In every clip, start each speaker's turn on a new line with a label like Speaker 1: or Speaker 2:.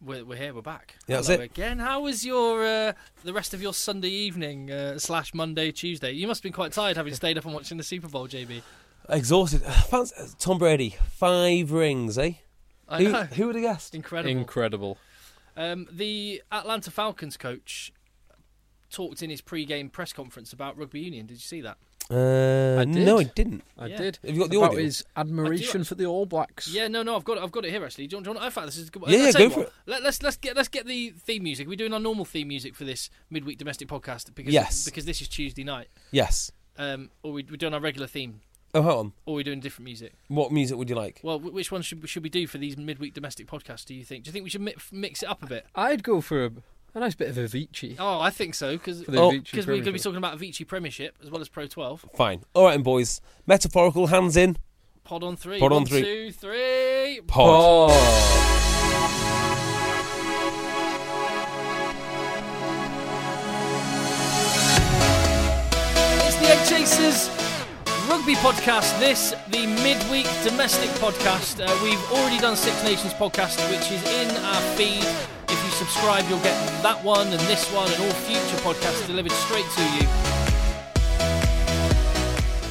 Speaker 1: We're, we're here. We're back.
Speaker 2: Yeah, that's
Speaker 1: Hello
Speaker 2: it.
Speaker 1: again. How was your uh, the rest of your Sunday evening uh, slash Monday Tuesday? You must have been quite tired having stayed up and watching the Super Bowl, JB.
Speaker 2: Exhausted. Fancy, Tom Brady, five rings, eh?
Speaker 1: I
Speaker 2: Who,
Speaker 1: know.
Speaker 2: who would have guessed?
Speaker 1: Incredible.
Speaker 3: Incredible.
Speaker 1: Um, the Atlanta Falcons coach talked in his pre-game press conference about rugby union. Did you see that?
Speaker 2: Uh,
Speaker 3: I did.
Speaker 2: No, I didn't.
Speaker 3: I
Speaker 1: Yeah.
Speaker 3: did.
Speaker 2: Have you got the
Speaker 3: About
Speaker 2: audio?
Speaker 3: his admiration for the All Blacks.
Speaker 1: Yeah, no, no, I've got it. I've got it here actually. Do you want? Do you want I thought this is a good.
Speaker 2: Yeah,
Speaker 1: I'll
Speaker 2: yeah,
Speaker 1: tell you
Speaker 2: go
Speaker 1: what.
Speaker 2: for it.
Speaker 1: Let, us let's get let's get the theme music. We're doing our normal theme music for this midweek domestic podcast because
Speaker 2: Yes.
Speaker 1: because this is Tuesday night.
Speaker 2: Yes.
Speaker 1: Um, or we, we're doing our regular theme,
Speaker 2: Oh, hold on.
Speaker 1: or we're doing different music.
Speaker 2: What music would you like?
Speaker 1: Well, wh- which one should we- should we do for these midweek domestic podcasts? Do you think? Do you think we should mi- mix it up a bit?
Speaker 3: I'd go for a, a nice bit of Avicii.
Speaker 1: Oh, I think so because
Speaker 3: For the
Speaker 2: Oh.
Speaker 3: Avicii
Speaker 1: we're going to be
Speaker 3: Premiership.
Speaker 1: talking about Avicii Premiership as well as Pro 12.
Speaker 2: Fine. All right, then, boys. Metaphorical hands in.
Speaker 1: Pod on three.
Speaker 2: Pod on
Speaker 1: One,
Speaker 2: three.
Speaker 1: two, three.
Speaker 2: Pod.
Speaker 3: Oh.
Speaker 1: It's the Egg Chasers Rugby Podcast. This, the midweek domestic podcast. Uh, we've already done Six Nations podcast, which is in our feed. If you subscribe, you'll get that one and this one and all future podcasts delivered straight to you.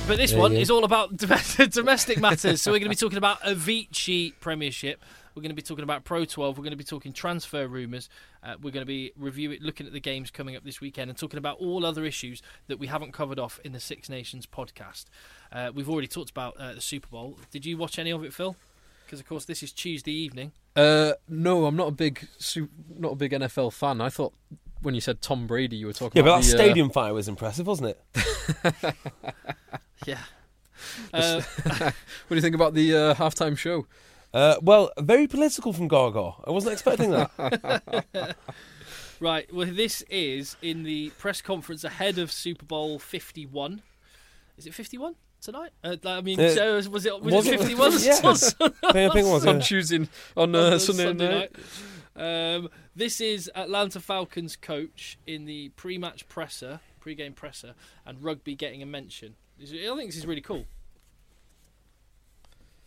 Speaker 1: But this
Speaker 2: There
Speaker 1: one
Speaker 2: you go.
Speaker 1: is all about domestic, domestic matters. So we're going to be talking about Avicii Premiership. We're going to be talking about Pro 12. We're going to be talking transfer rumours. Uh, we're going to be reviewing, looking at the games coming up this weekend and talking about all other issues that we haven't covered off in the Six Nations podcast. Uh, we've already talked about uh, the Super Bowl. Did you watch any of it, Phil? Because, of course, this is Tuesday evening.
Speaker 3: Uh, no, I'm not a big su- not a big NFL fan. I thought when you said Tom Brady, you were talking
Speaker 2: Yeah, but
Speaker 3: about
Speaker 2: that
Speaker 3: the, uh,
Speaker 2: stadium fire was impressive, wasn't it?
Speaker 1: Yeah. Uh,
Speaker 3: what do you think about the uh, halftime show?
Speaker 2: Uh, well, very political from Gaga. I wasn't expecting that.
Speaker 1: Right. Well, this is in the press conference ahead of Super Bowl 51. Is it 51 tonight? Uh, I mean,
Speaker 2: Uh,
Speaker 1: so was it was,
Speaker 2: was
Speaker 1: it
Speaker 2: it?
Speaker 1: 51?
Speaker 2: Yeah.
Speaker 1: On
Speaker 2: I think it was,
Speaker 3: on
Speaker 2: yeah.
Speaker 3: Tuesday on uh, Sunday, night.
Speaker 1: Um, this is Atlanta Falcons coach in the pre-match presser, pre-game presser, and rugby getting a mention. This is- I think this is really cool.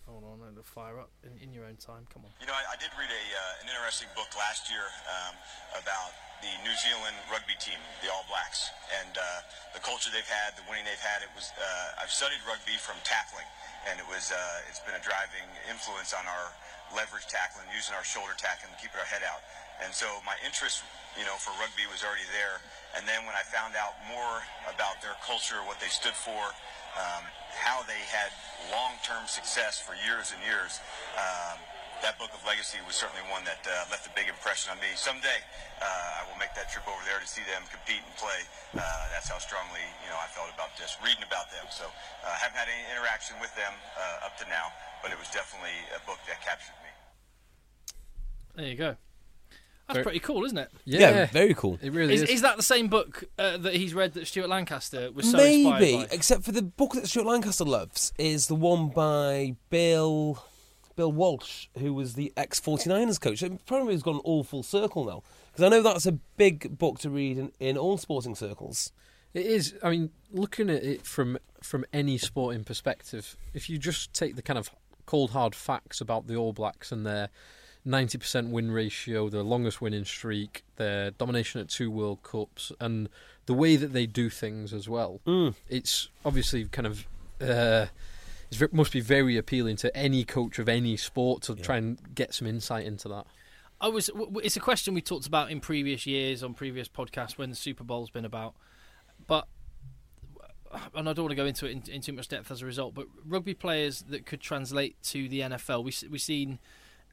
Speaker 1: Hold on, I'm gonna fire up in, in your own time. Come on.
Speaker 4: You know, I, I did read a, uh, an interesting book last year um, about the New Zealand rugby team, the All Blacks, and uh, the culture they've had, the winning they've had. It was uh, I've studied rugby from tackling, and it was uh, it's been a driving influence on our leverage tackling, using our shoulder tackling, keeping our head out. And so my interest, you know, for rugby was already there. And then when I found out more about their culture, what they stood for, um, how they had long-term success for years and years. Um, that book of legacy was certainly one that uh, left a big impression on me. Someday, uh, I will make that trip over there to see them compete and play. Uh, that's how strongly, you know, I felt about just reading about them. So, uh, I haven't had any interaction with them uh, up to now, but it was definitely a book that captured me.
Speaker 1: There you go. That's
Speaker 3: Very-
Speaker 1: pretty cool, isn't it?
Speaker 3: Yeah,
Speaker 2: very cool.
Speaker 3: it really
Speaker 1: Is,
Speaker 3: is.
Speaker 1: is that the same book uh, that he's read that Stuart Lancaster was so
Speaker 2: Maybe,
Speaker 1: inspired by?
Speaker 2: except for the book that Stuart Lancaster loves is the one by Bill Bill Walsh, who was the ex 49ers coach. It probably has gone all full circle now. Because I know that's a big book to read in, in all sporting circles.
Speaker 3: It is. I mean, looking at it from from any sporting perspective, if you just take the kind of cold hard facts about the All Blacks and their 90% win ratio, their longest winning streak, their domination at two World
Speaker 2: Mm.
Speaker 3: Cups, and the way that they do things as well, it's obviously kind of uh, it's, ve- must be very appealing to any coach of any sport to try and get some insight into that.
Speaker 1: I was. w- w- It's a question we talked about in previous years on previous podcasts when the Super Bowl's been about, but and I don't want to go into it in, in too much depth as a result. But rugby players that could translate to the NFL, we s- we seen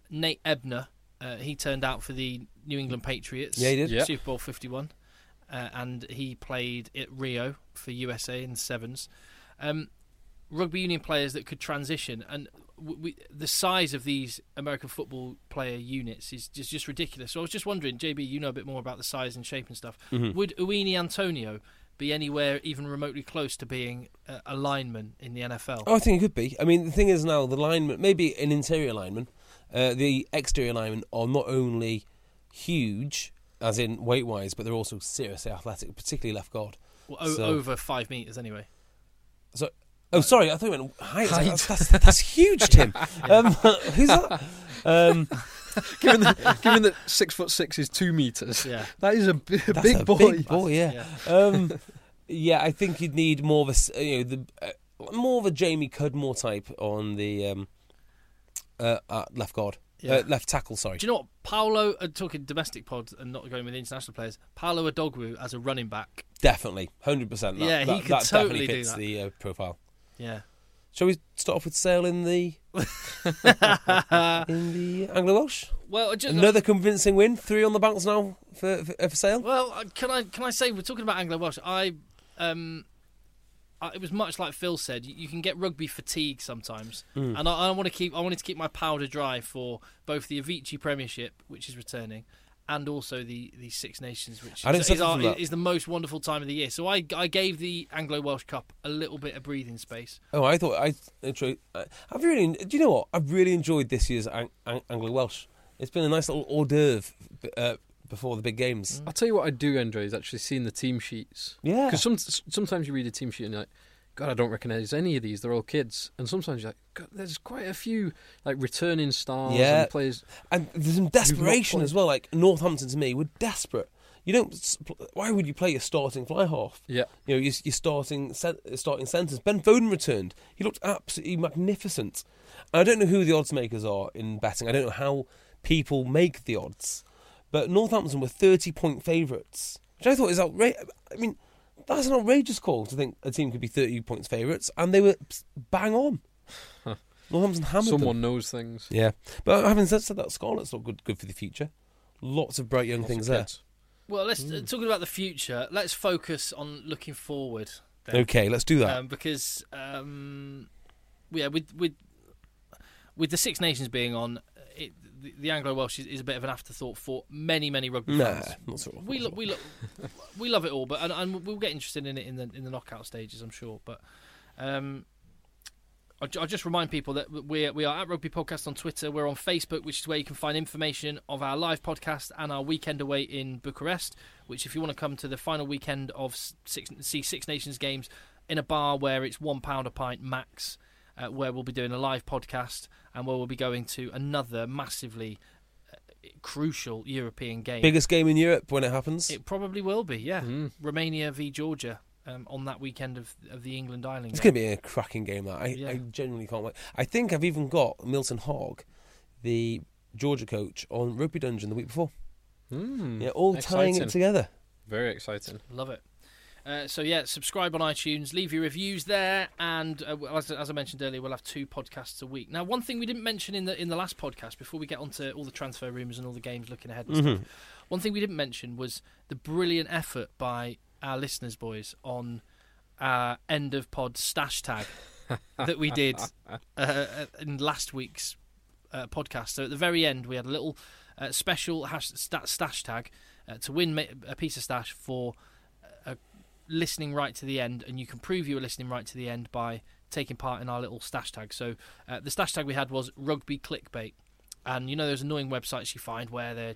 Speaker 1: Nate Ebner. Uh, he turned out for the New England Patriots.
Speaker 2: Yeah, he did.
Speaker 3: Yeah.
Speaker 1: Super Bowl Fifty One, uh, and he played at Rio for USA in sevens. Um, rugby union players that could transition and w we, the size of these American football player units is just, just ridiculous. So I was just wondering, JB, you know a bit more about the size and shape and stuff.
Speaker 2: Mm-hmm.
Speaker 1: Would Uini Antonio be anywhere even remotely close to being a, a lineman in the NFL?
Speaker 2: Oh, I think it could be. I mean, the thing is now the lineman, maybe an interior lineman, uh, the exterior linemen are not only huge, as in weight wise, but they're also seriously athletic, particularly left guard.
Speaker 1: Well, o-
Speaker 2: so-
Speaker 1: over five meters anyway.
Speaker 2: So, oh, sorry, I thought you meant height. I was like, That's, that's, that's huge, Tim. um, who's that? Um,
Speaker 3: given, that, given that six foot six is two meters,
Speaker 1: Yeah.
Speaker 3: that is a, b- a
Speaker 2: that's
Speaker 3: big
Speaker 2: a
Speaker 3: boy.
Speaker 2: Big boy, yeah. Um, yeah, I think you'd need more of a s- you know the uh, more of a Jamie Cudmore type on the um, uh, uh, left guard,
Speaker 1: Yeah.
Speaker 2: uh, left tackle. Sorry.
Speaker 1: Do you know what? Paolo, uh, talking domestic pod and not going with international players, Paolo Adogwu as a running back.
Speaker 2: Definitely, hundred percent.
Speaker 1: Yeah, he
Speaker 2: that,
Speaker 1: could
Speaker 2: that definitely
Speaker 1: totally do
Speaker 2: fits
Speaker 1: that.
Speaker 2: the uh, profile.
Speaker 1: Yeah.
Speaker 2: Shall we start off with Sale in the in the Anglo Welsh?
Speaker 1: Well, just,
Speaker 2: Another convincing win, three on the bounce now for for, uh, for Sale.
Speaker 1: Well, uh, can I can I say we're talking about Anglo Welsh? I, um, I, it was much like Phil said. You, you can get rugby fatigue sometimes,
Speaker 2: Mm.
Speaker 1: and I, I want to keep. I wanted to keep my powder dry for both the Avicii Premiership, which is returning, and also the, the Six Nations, which
Speaker 2: I didn't
Speaker 1: is, is,
Speaker 2: suffer
Speaker 1: our,
Speaker 2: from that.
Speaker 1: is the most wonderful time of the year. So I I gave the Anglo Welsh Cup a little bit of breathing space.
Speaker 2: Oh, I thought I intro. I've really, do you know what? I've really enjoyed this year's Ang- Ang- Anglo Welsh. It's been a nice little hors d'oeuvre uh, before the big games.
Speaker 3: I'll tell you what I do enjoy is actually seeing the team sheets.
Speaker 2: Yeah.
Speaker 3: Because some, sometimes you read a team sheet and you're like, God, I don't recognise any of these. They're all kids. And sometimes you're like, God, there's quite a few like returning stars
Speaker 2: Yeah.
Speaker 3: and players.
Speaker 2: And there's some desperation as well. Like Northampton to me were desperate. You don't. s- pl- Why would you play your starting fly half?
Speaker 3: Yeah.
Speaker 2: You know, your, your starting cen- starting centres. Ben Foden returned. He looked absolutely magnificent. And I don't know who the odds makers are in betting. I don't know how people make the odds, but Northampton were thirty point favourites, which I thought is outrageous. I mean, that's an outrageous call to think a team could be thirty points favourites, and they were s- bang on. Northampton hammered them.
Speaker 3: Someone knows things.
Speaker 2: Yeah, but having said, said that, Scarlett's not good good for the future. Lots of bright young things there.
Speaker 3: kids.
Speaker 1: Well, let's uh,
Speaker 2: Mm.
Speaker 1: talking about the future. Let's focus on looking forward. then.
Speaker 2: Okay, let's do that.
Speaker 1: um, because um, yeah, with with with the Six Nations being on, it, the, the Anglo Welsh is, is a bit of an afterthought for many many rugby
Speaker 2: nah,
Speaker 1: fans.
Speaker 2: not so.
Speaker 1: We lo- we lo- we love it all, but and, and we'll get interested in it in the in the knockout stages, I'm sure. But um, I ju- I'll just remind people that we we are at Rugby Podcast on Twitter. We're on Facebook, which is where you can find information of our live podcast and our weekend away in Bucharest. Which, if you want to come to the final weekend of s- six, see Six Nations games in a bar where it's one pound a pint max, uh, where we'll be doing a live podcast and where we'll be going to another massively uh, crucial European game.
Speaker 2: Biggest game in Europe when it happens.
Speaker 1: It probably will be, yeah. Romania v Georgia um, on that weekend of of the England Ireland.
Speaker 2: it's
Speaker 1: game.
Speaker 2: going to be a cracking game. That I,
Speaker 1: Yeah.
Speaker 2: I genuinely can't wait. I think I've even got Milton Hogg, the Georgia coach, on Rugby Dungeon the week before.
Speaker 3: Mm,
Speaker 2: Yeah, all tying
Speaker 3: exciting.
Speaker 2: it together.
Speaker 3: Very exciting.
Speaker 1: Love it. Uh, so yeah, subscribe on iTunes, leave your reviews there, and uh, well, as, as I mentioned earlier, we'll have two podcasts a week. Now, one thing we didn't mention in the in the last podcast before we get onto all the transfer rumours and all the games looking ahead, and stuff, one thing we didn't mention was the brilliant effort by our listeners, boys, on our end of pod stash tag that we did uh, in last week's uh, podcast. So at the very end, we had a little uh, special hash, sta stash tag uh, to win ma- a piece of stash for uh, listening right to the end, and you can prove you were listening right to the end by taking part in our little stash tag. So uh, the stash tag we had was rugby clickbait, and you know those annoying websites you find where they're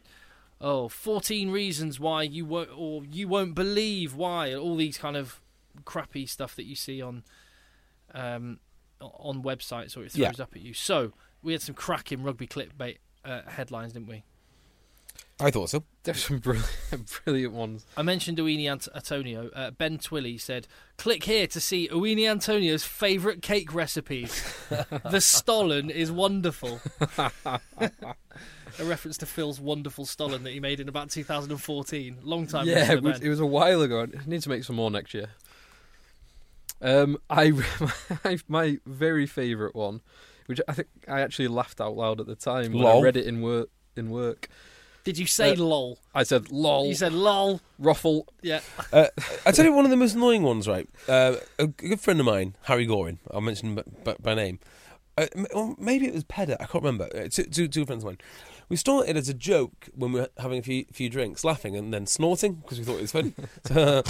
Speaker 1: oh 14 reasons why you won't or you won't believe why all these kind of crappy stuff that you see on um, on websites or it throws up at you. So we had some cracking rugby clickbait uh, headlines, didn't we?
Speaker 2: I thought so.
Speaker 3: There's some brilliant, brilliant ones.
Speaker 1: I mentioned Uini Ant- Antonio. Uh, ben Twilley said, "Click here to see Uini Antonio's favourite cake recipes. the Stollen is wonderful." A reference to Phil's wonderful Stollen that he made in about 2014. Long time ago.
Speaker 3: yeah, it was,
Speaker 1: Ben.
Speaker 3: it was a while ago. I need to make some more next year. Um, I my, my very favourite one, which I think I actually laughed out loud at the time when
Speaker 2: Lol.
Speaker 3: I read it in work. In work,
Speaker 1: Did you say
Speaker 3: Uh,
Speaker 1: lol?
Speaker 3: I said lol,
Speaker 1: You said lol.
Speaker 3: ruffle.
Speaker 1: Yeah.
Speaker 2: Uh, I tell you one of the most annoying ones, right? Uh, a good friend of mine, Harry Gorin, I'll mention him by, by name. Uh, m- or maybe it was Pedder, I can't remember. Uh, two, two, two friends of mine. We started as a joke when we were having a few few drinks, laughing and then snorting because we thought it was funny. So,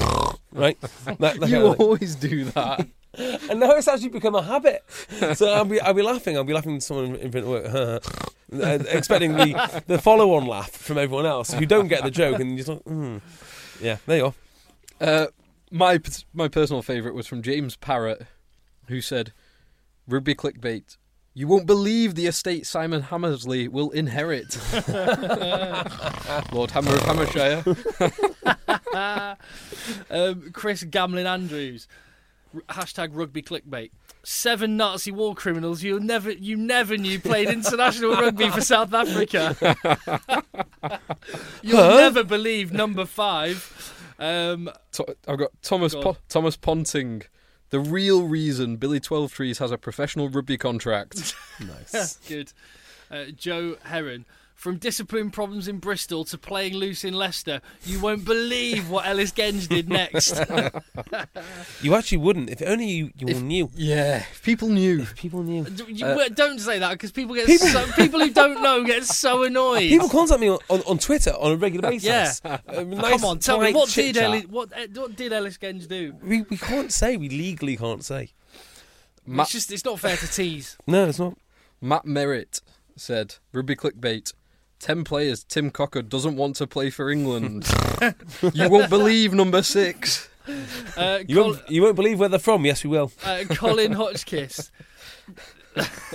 Speaker 2: right? That- that kind
Speaker 3: You
Speaker 2: of thing.
Speaker 3: always do that.
Speaker 2: and now it's actually become a habit. So I'll be, I'll be laughing. I'll be laughing to someone in front of work, uh, expecting the, the follow on laugh from everyone else who don't get the joke and you're just like, hmm. Yeah, there you are.
Speaker 3: Uh, my p- my personal favourite was from James Parrott, who said, "Rugby clickbait. You won't believe the estate Simon Hammersley will inherit." Lord Hammer of Hammershire.
Speaker 1: Um, Chris Gamlin Andrews. r- Hashtag rugby clickbait. Seven Nazi war criminals you never you never knew played international rugby for South Africa. You'll never believe number five. Um,
Speaker 3: To- I've got Thomas
Speaker 1: Go
Speaker 3: po- Thomas Ponting. The real reason Billy Twelve Trees has a professional rugby contract.
Speaker 2: Nice.
Speaker 1: good. Uh, Joe Heron. From discipline problems in Bristol to playing loose in Leicester, you won't believe what Ellis Genge did next.
Speaker 2: You actually wouldn't if only you, you all knew.
Speaker 3: yeah, if people knew.
Speaker 2: People knew.
Speaker 1: D- you- well, don't say that because people get so, people who don't know get so annoyed.
Speaker 2: People contact me on, on, on Twitter on a regular
Speaker 1: Yeah.
Speaker 2: basis. Um, nice,
Speaker 1: Come on, tell me
Speaker 2: polite
Speaker 1: what did
Speaker 2: chit-chat.
Speaker 1: Ellis, what eh, what did Ellis Genge do?
Speaker 2: We, we can't say. We legally can't say.
Speaker 3: Ma-
Speaker 1: it's just it's not fair to tease.
Speaker 2: No, it's not.
Speaker 3: Matt Merritt said, "Rugby clickbait." Ten players Tim Cocker doesn't want to play for England. you won't believe number six.
Speaker 1: Uh,
Speaker 2: You
Speaker 1: Col-
Speaker 2: won't, you won't believe where they're from. Yes, we will.
Speaker 1: uh, Colin Hotchkiss.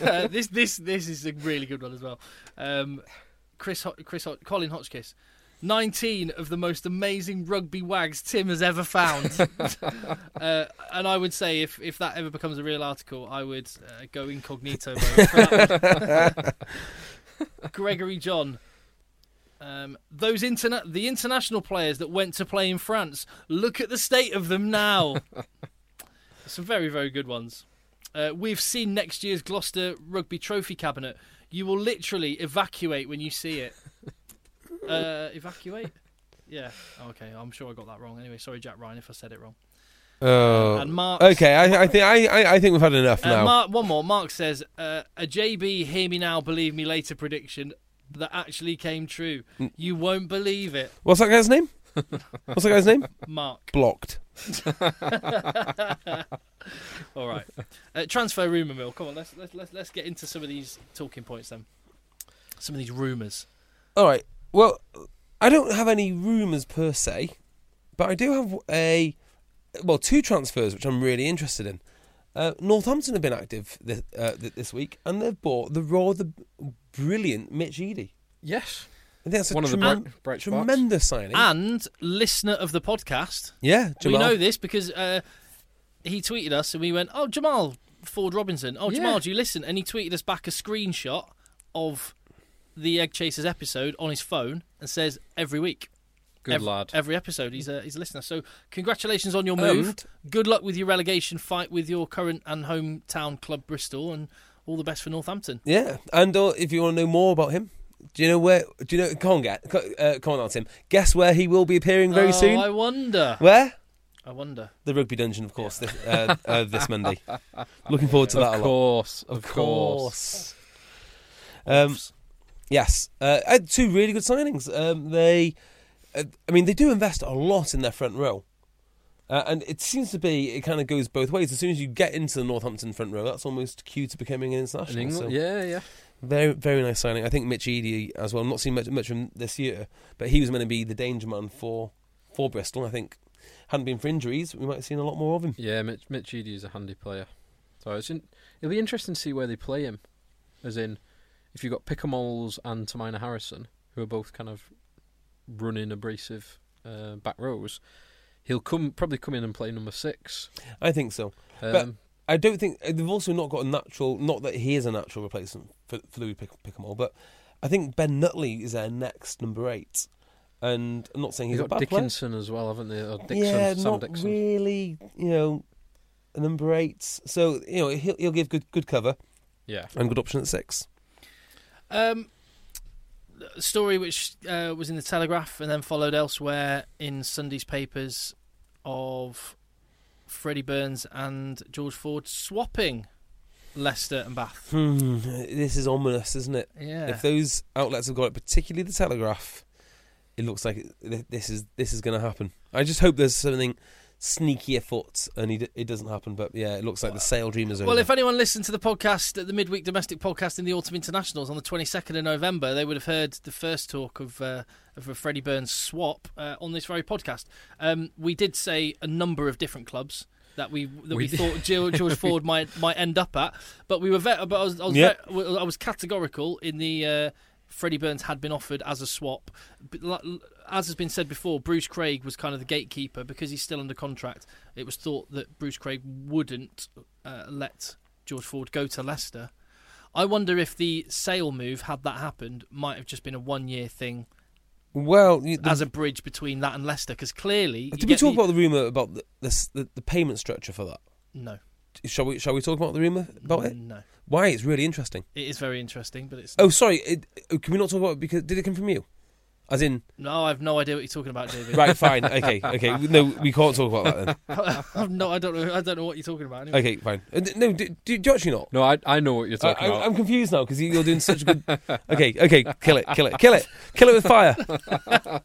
Speaker 1: uh, this this this is a really good one as well. Um, Chris Hot Chris Hot Colin Hotchkiss. 19 of the most amazing rugby wags Tim has ever found. uh, and I would say if, if that ever becomes a real article, I would uh, go incognito mode. for that one. Gregory John. Um, those interna- the international players that went to play in France, look at the state of them now. Some very, very good ones. Uh, we've seen next year's Gloucester Rugby Trophy cabinet. You will literally evacuate when you see it. Uh, evacuate? Yeah. Oh, Okay, I'm sure I got that wrong. Anyway, sorry, Jack Ryan, if I said it wrong.
Speaker 2: Oh.
Speaker 1: And Mark.
Speaker 2: Okay, I, I think I, I, I think we've had enough
Speaker 1: Uh,
Speaker 2: now.
Speaker 1: Mark, one more. Mark says uh, a JB hear me now, believe me later prediction that actually came true.
Speaker 2: Mm.
Speaker 1: You won't believe it,
Speaker 2: What's that guy's name? What's that guy's name?
Speaker 1: Mark.
Speaker 2: Blocked.
Speaker 1: All right. Uh, transfer rumor mill. Come on, let's let's let's let's get into some of these talking points then. Some of these rumors.
Speaker 2: All right. Well, I don't have any rumours per se, but I do have a well two transfers which I'm really interested in. Uh, Northampton have been active this, uh, th- this week, and they've bought the rather brilliant Mitch Eady.
Speaker 3: Yes.
Speaker 2: I think that's a
Speaker 3: One of the
Speaker 2: tremen-
Speaker 3: bright- bright spots.
Speaker 2: tremendous signing.
Speaker 1: and listener of the podcast.
Speaker 2: yeah, Jamal.
Speaker 1: Ah, We know this because uh, he tweeted us and we went, "Oh, Jamal Ford Robinson. Oh, Jamal,
Speaker 3: Yeah.
Speaker 1: do you listen?" And he tweeted us back a screenshot of the Egg Chasers episode on his phone and says, "Every week,
Speaker 3: Good
Speaker 1: every,
Speaker 3: lad.
Speaker 1: every episode, he's a he's a listener." So, congratulations on your
Speaker 2: And-
Speaker 1: move. Good luck with your relegation fight with your current and hometown club Bristol, and all the best for Northampton.
Speaker 2: Yeah, and uh, if you want to know more about him, do you know where? Do you know? Come on, get, co- uh, come on, that's him. Guess where he will be appearing very
Speaker 1: oh,
Speaker 2: soon?
Speaker 1: I wonder.
Speaker 2: Where?
Speaker 1: I wonder.
Speaker 2: The Rugby Dungeon, of course, this, uh, uh, this Monday. Looking forward to that
Speaker 3: Of
Speaker 2: a lot.
Speaker 3: course, of course.
Speaker 2: Um, yes, uh, I had two really good signings. Um, they, uh, I mean, they do invest a lot in their front row, uh, and it seems to be it kind of goes both ways. As soon as you get into the Northampton front row, that's almost cue to becoming an
Speaker 3: In
Speaker 2: international.
Speaker 3: England,
Speaker 2: so-
Speaker 3: yeah, yeah.
Speaker 2: Very, very nice signing. I think Mitch Eady as well. I'm not seeing much, much of him this year, but he was meant to be the danger man for for Bristol. I think hadn't been for injuries, we might have seen a lot more of him.
Speaker 3: Yeah, Mitch, Mitch Eady is a handy player. So it's in, it'll be interesting to see where they play him. As in, if you've got Pickamoles and Tamina Harrison, who are both kind of running abrasive uh, back rows, he'll come probably come in and play number six.
Speaker 2: I think so. but
Speaker 3: Um,
Speaker 2: I don't think they've also not got a natural. Not that he is a natural replacement for, for Louis Pick, Pickamall, but I think Ben Nutley is their next number eight. And I'm not saying
Speaker 3: He's
Speaker 2: he's a
Speaker 3: got
Speaker 2: bad
Speaker 3: Dickinson as well, haven't they? Or
Speaker 2: player.
Speaker 3: Dixon,
Speaker 2: yeah,
Speaker 3: Sam
Speaker 2: not
Speaker 3: Dixon.
Speaker 2: really. You know, a number eight. So you know he'll he'll give good good cover
Speaker 3: Yeah.
Speaker 2: and good option at six.
Speaker 1: Um, a story which uh, was in the Telegraph and then followed elsewhere in Sunday's papers of Freddie Burns and George Ford swapping Leicester and Bath.
Speaker 2: Hmm, this is ominous, isn't it?
Speaker 1: Yeah.
Speaker 2: If those outlets have got it, particularly the Telegraph, it looks like it- th- this is this is going to happen. I just hope there's something sneaky afoot, and it, it doesn't happen. But yeah, it looks like the sale dream is over.
Speaker 1: Well, if anyone listened to the podcast, the midweek domestic podcast in the Autumn Internationals on the 22nd of November, they would have heard the first talk of uh, of a Freddie Burns swap uh, on this very podcast. Um, we did say a number of different clubs that we that we,
Speaker 3: We did.
Speaker 1: thought George, George Ford might might end up at, but we were ve- but I was I was,
Speaker 2: Yeah.
Speaker 1: ve- I was categorical in the. Uh, Freddie Burns had been offered as a swap. But li- As has been said before, Bruce Craig was kind of the gatekeeper because he's still under contract. It was thought that Bruce Craig wouldn't uh, let George Ford go to Leicester. I wonder if the sale move, had that happened, might have just been a one year thing
Speaker 2: well, you, the,
Speaker 1: as a bridge between that and Leicester because clearly. you
Speaker 2: did we
Speaker 1: get
Speaker 2: talk
Speaker 1: the-
Speaker 2: about the rumor about the, the, s- the the payment structure for that?
Speaker 1: No.
Speaker 2: Shall we shall we talk about the rumor about it?
Speaker 1: No.
Speaker 2: Why it's really interesting.
Speaker 1: It is very interesting, but it's.
Speaker 2: Oh, sorry, it, oh, can we not talk about it because did it come from you? As in,
Speaker 1: No, I have no idea what you're talking about, JB.
Speaker 2: right? Fine, okay, okay. No, we can't talk about that then.
Speaker 1: I've no, I don't know. I don't know what you're talking about. Anyway.
Speaker 2: Okay, fine. Uh, d- No, do, do you actually not?
Speaker 3: No, I I know what you're
Speaker 2: I,
Speaker 3: talking
Speaker 2: I'm,
Speaker 3: about.
Speaker 2: I'm confused now because you're doing such good. Okay, okay, kill it, kill it, kill it, kill it with fire.
Speaker 1: Uh,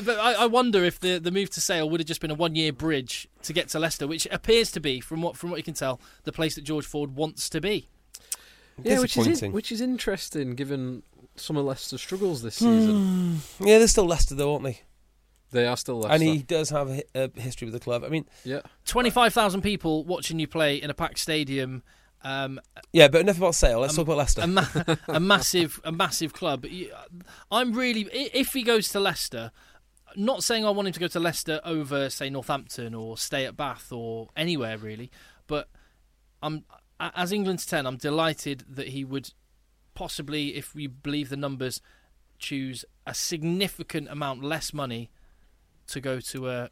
Speaker 1: but I, I wonder if the, the move to Sale would have just been a one year bridge to get to Leicester, which appears to be, from what from what you can tell, the place that George Ford wants to be.
Speaker 3: yeah, which is in,
Speaker 2: Disappointing.
Speaker 3: which is interesting given some of Leicester's struggles this
Speaker 2: Hmm.
Speaker 3: season.
Speaker 2: Yeah, they're still Leicester though, aren't they?
Speaker 3: They are still Leicester.
Speaker 2: And he does have a, hi- a history with the club. I mean,
Speaker 3: yeah.
Speaker 1: Twenty five thousand people watching you play in a packed stadium. Um,
Speaker 2: yeah, but enough about Sale. Let's talk about Leicester.
Speaker 1: a, ma- a massive, a massive club. You- I'm really, i- if he goes to Leicester, not saying I want him to go to Leicester over, say, Northampton or stay at Bath or anywhere really, but I'm a- as England's ten, I'm delighted that he would possibly, if we believe the numbers, choose a significant amount less money to go to uh,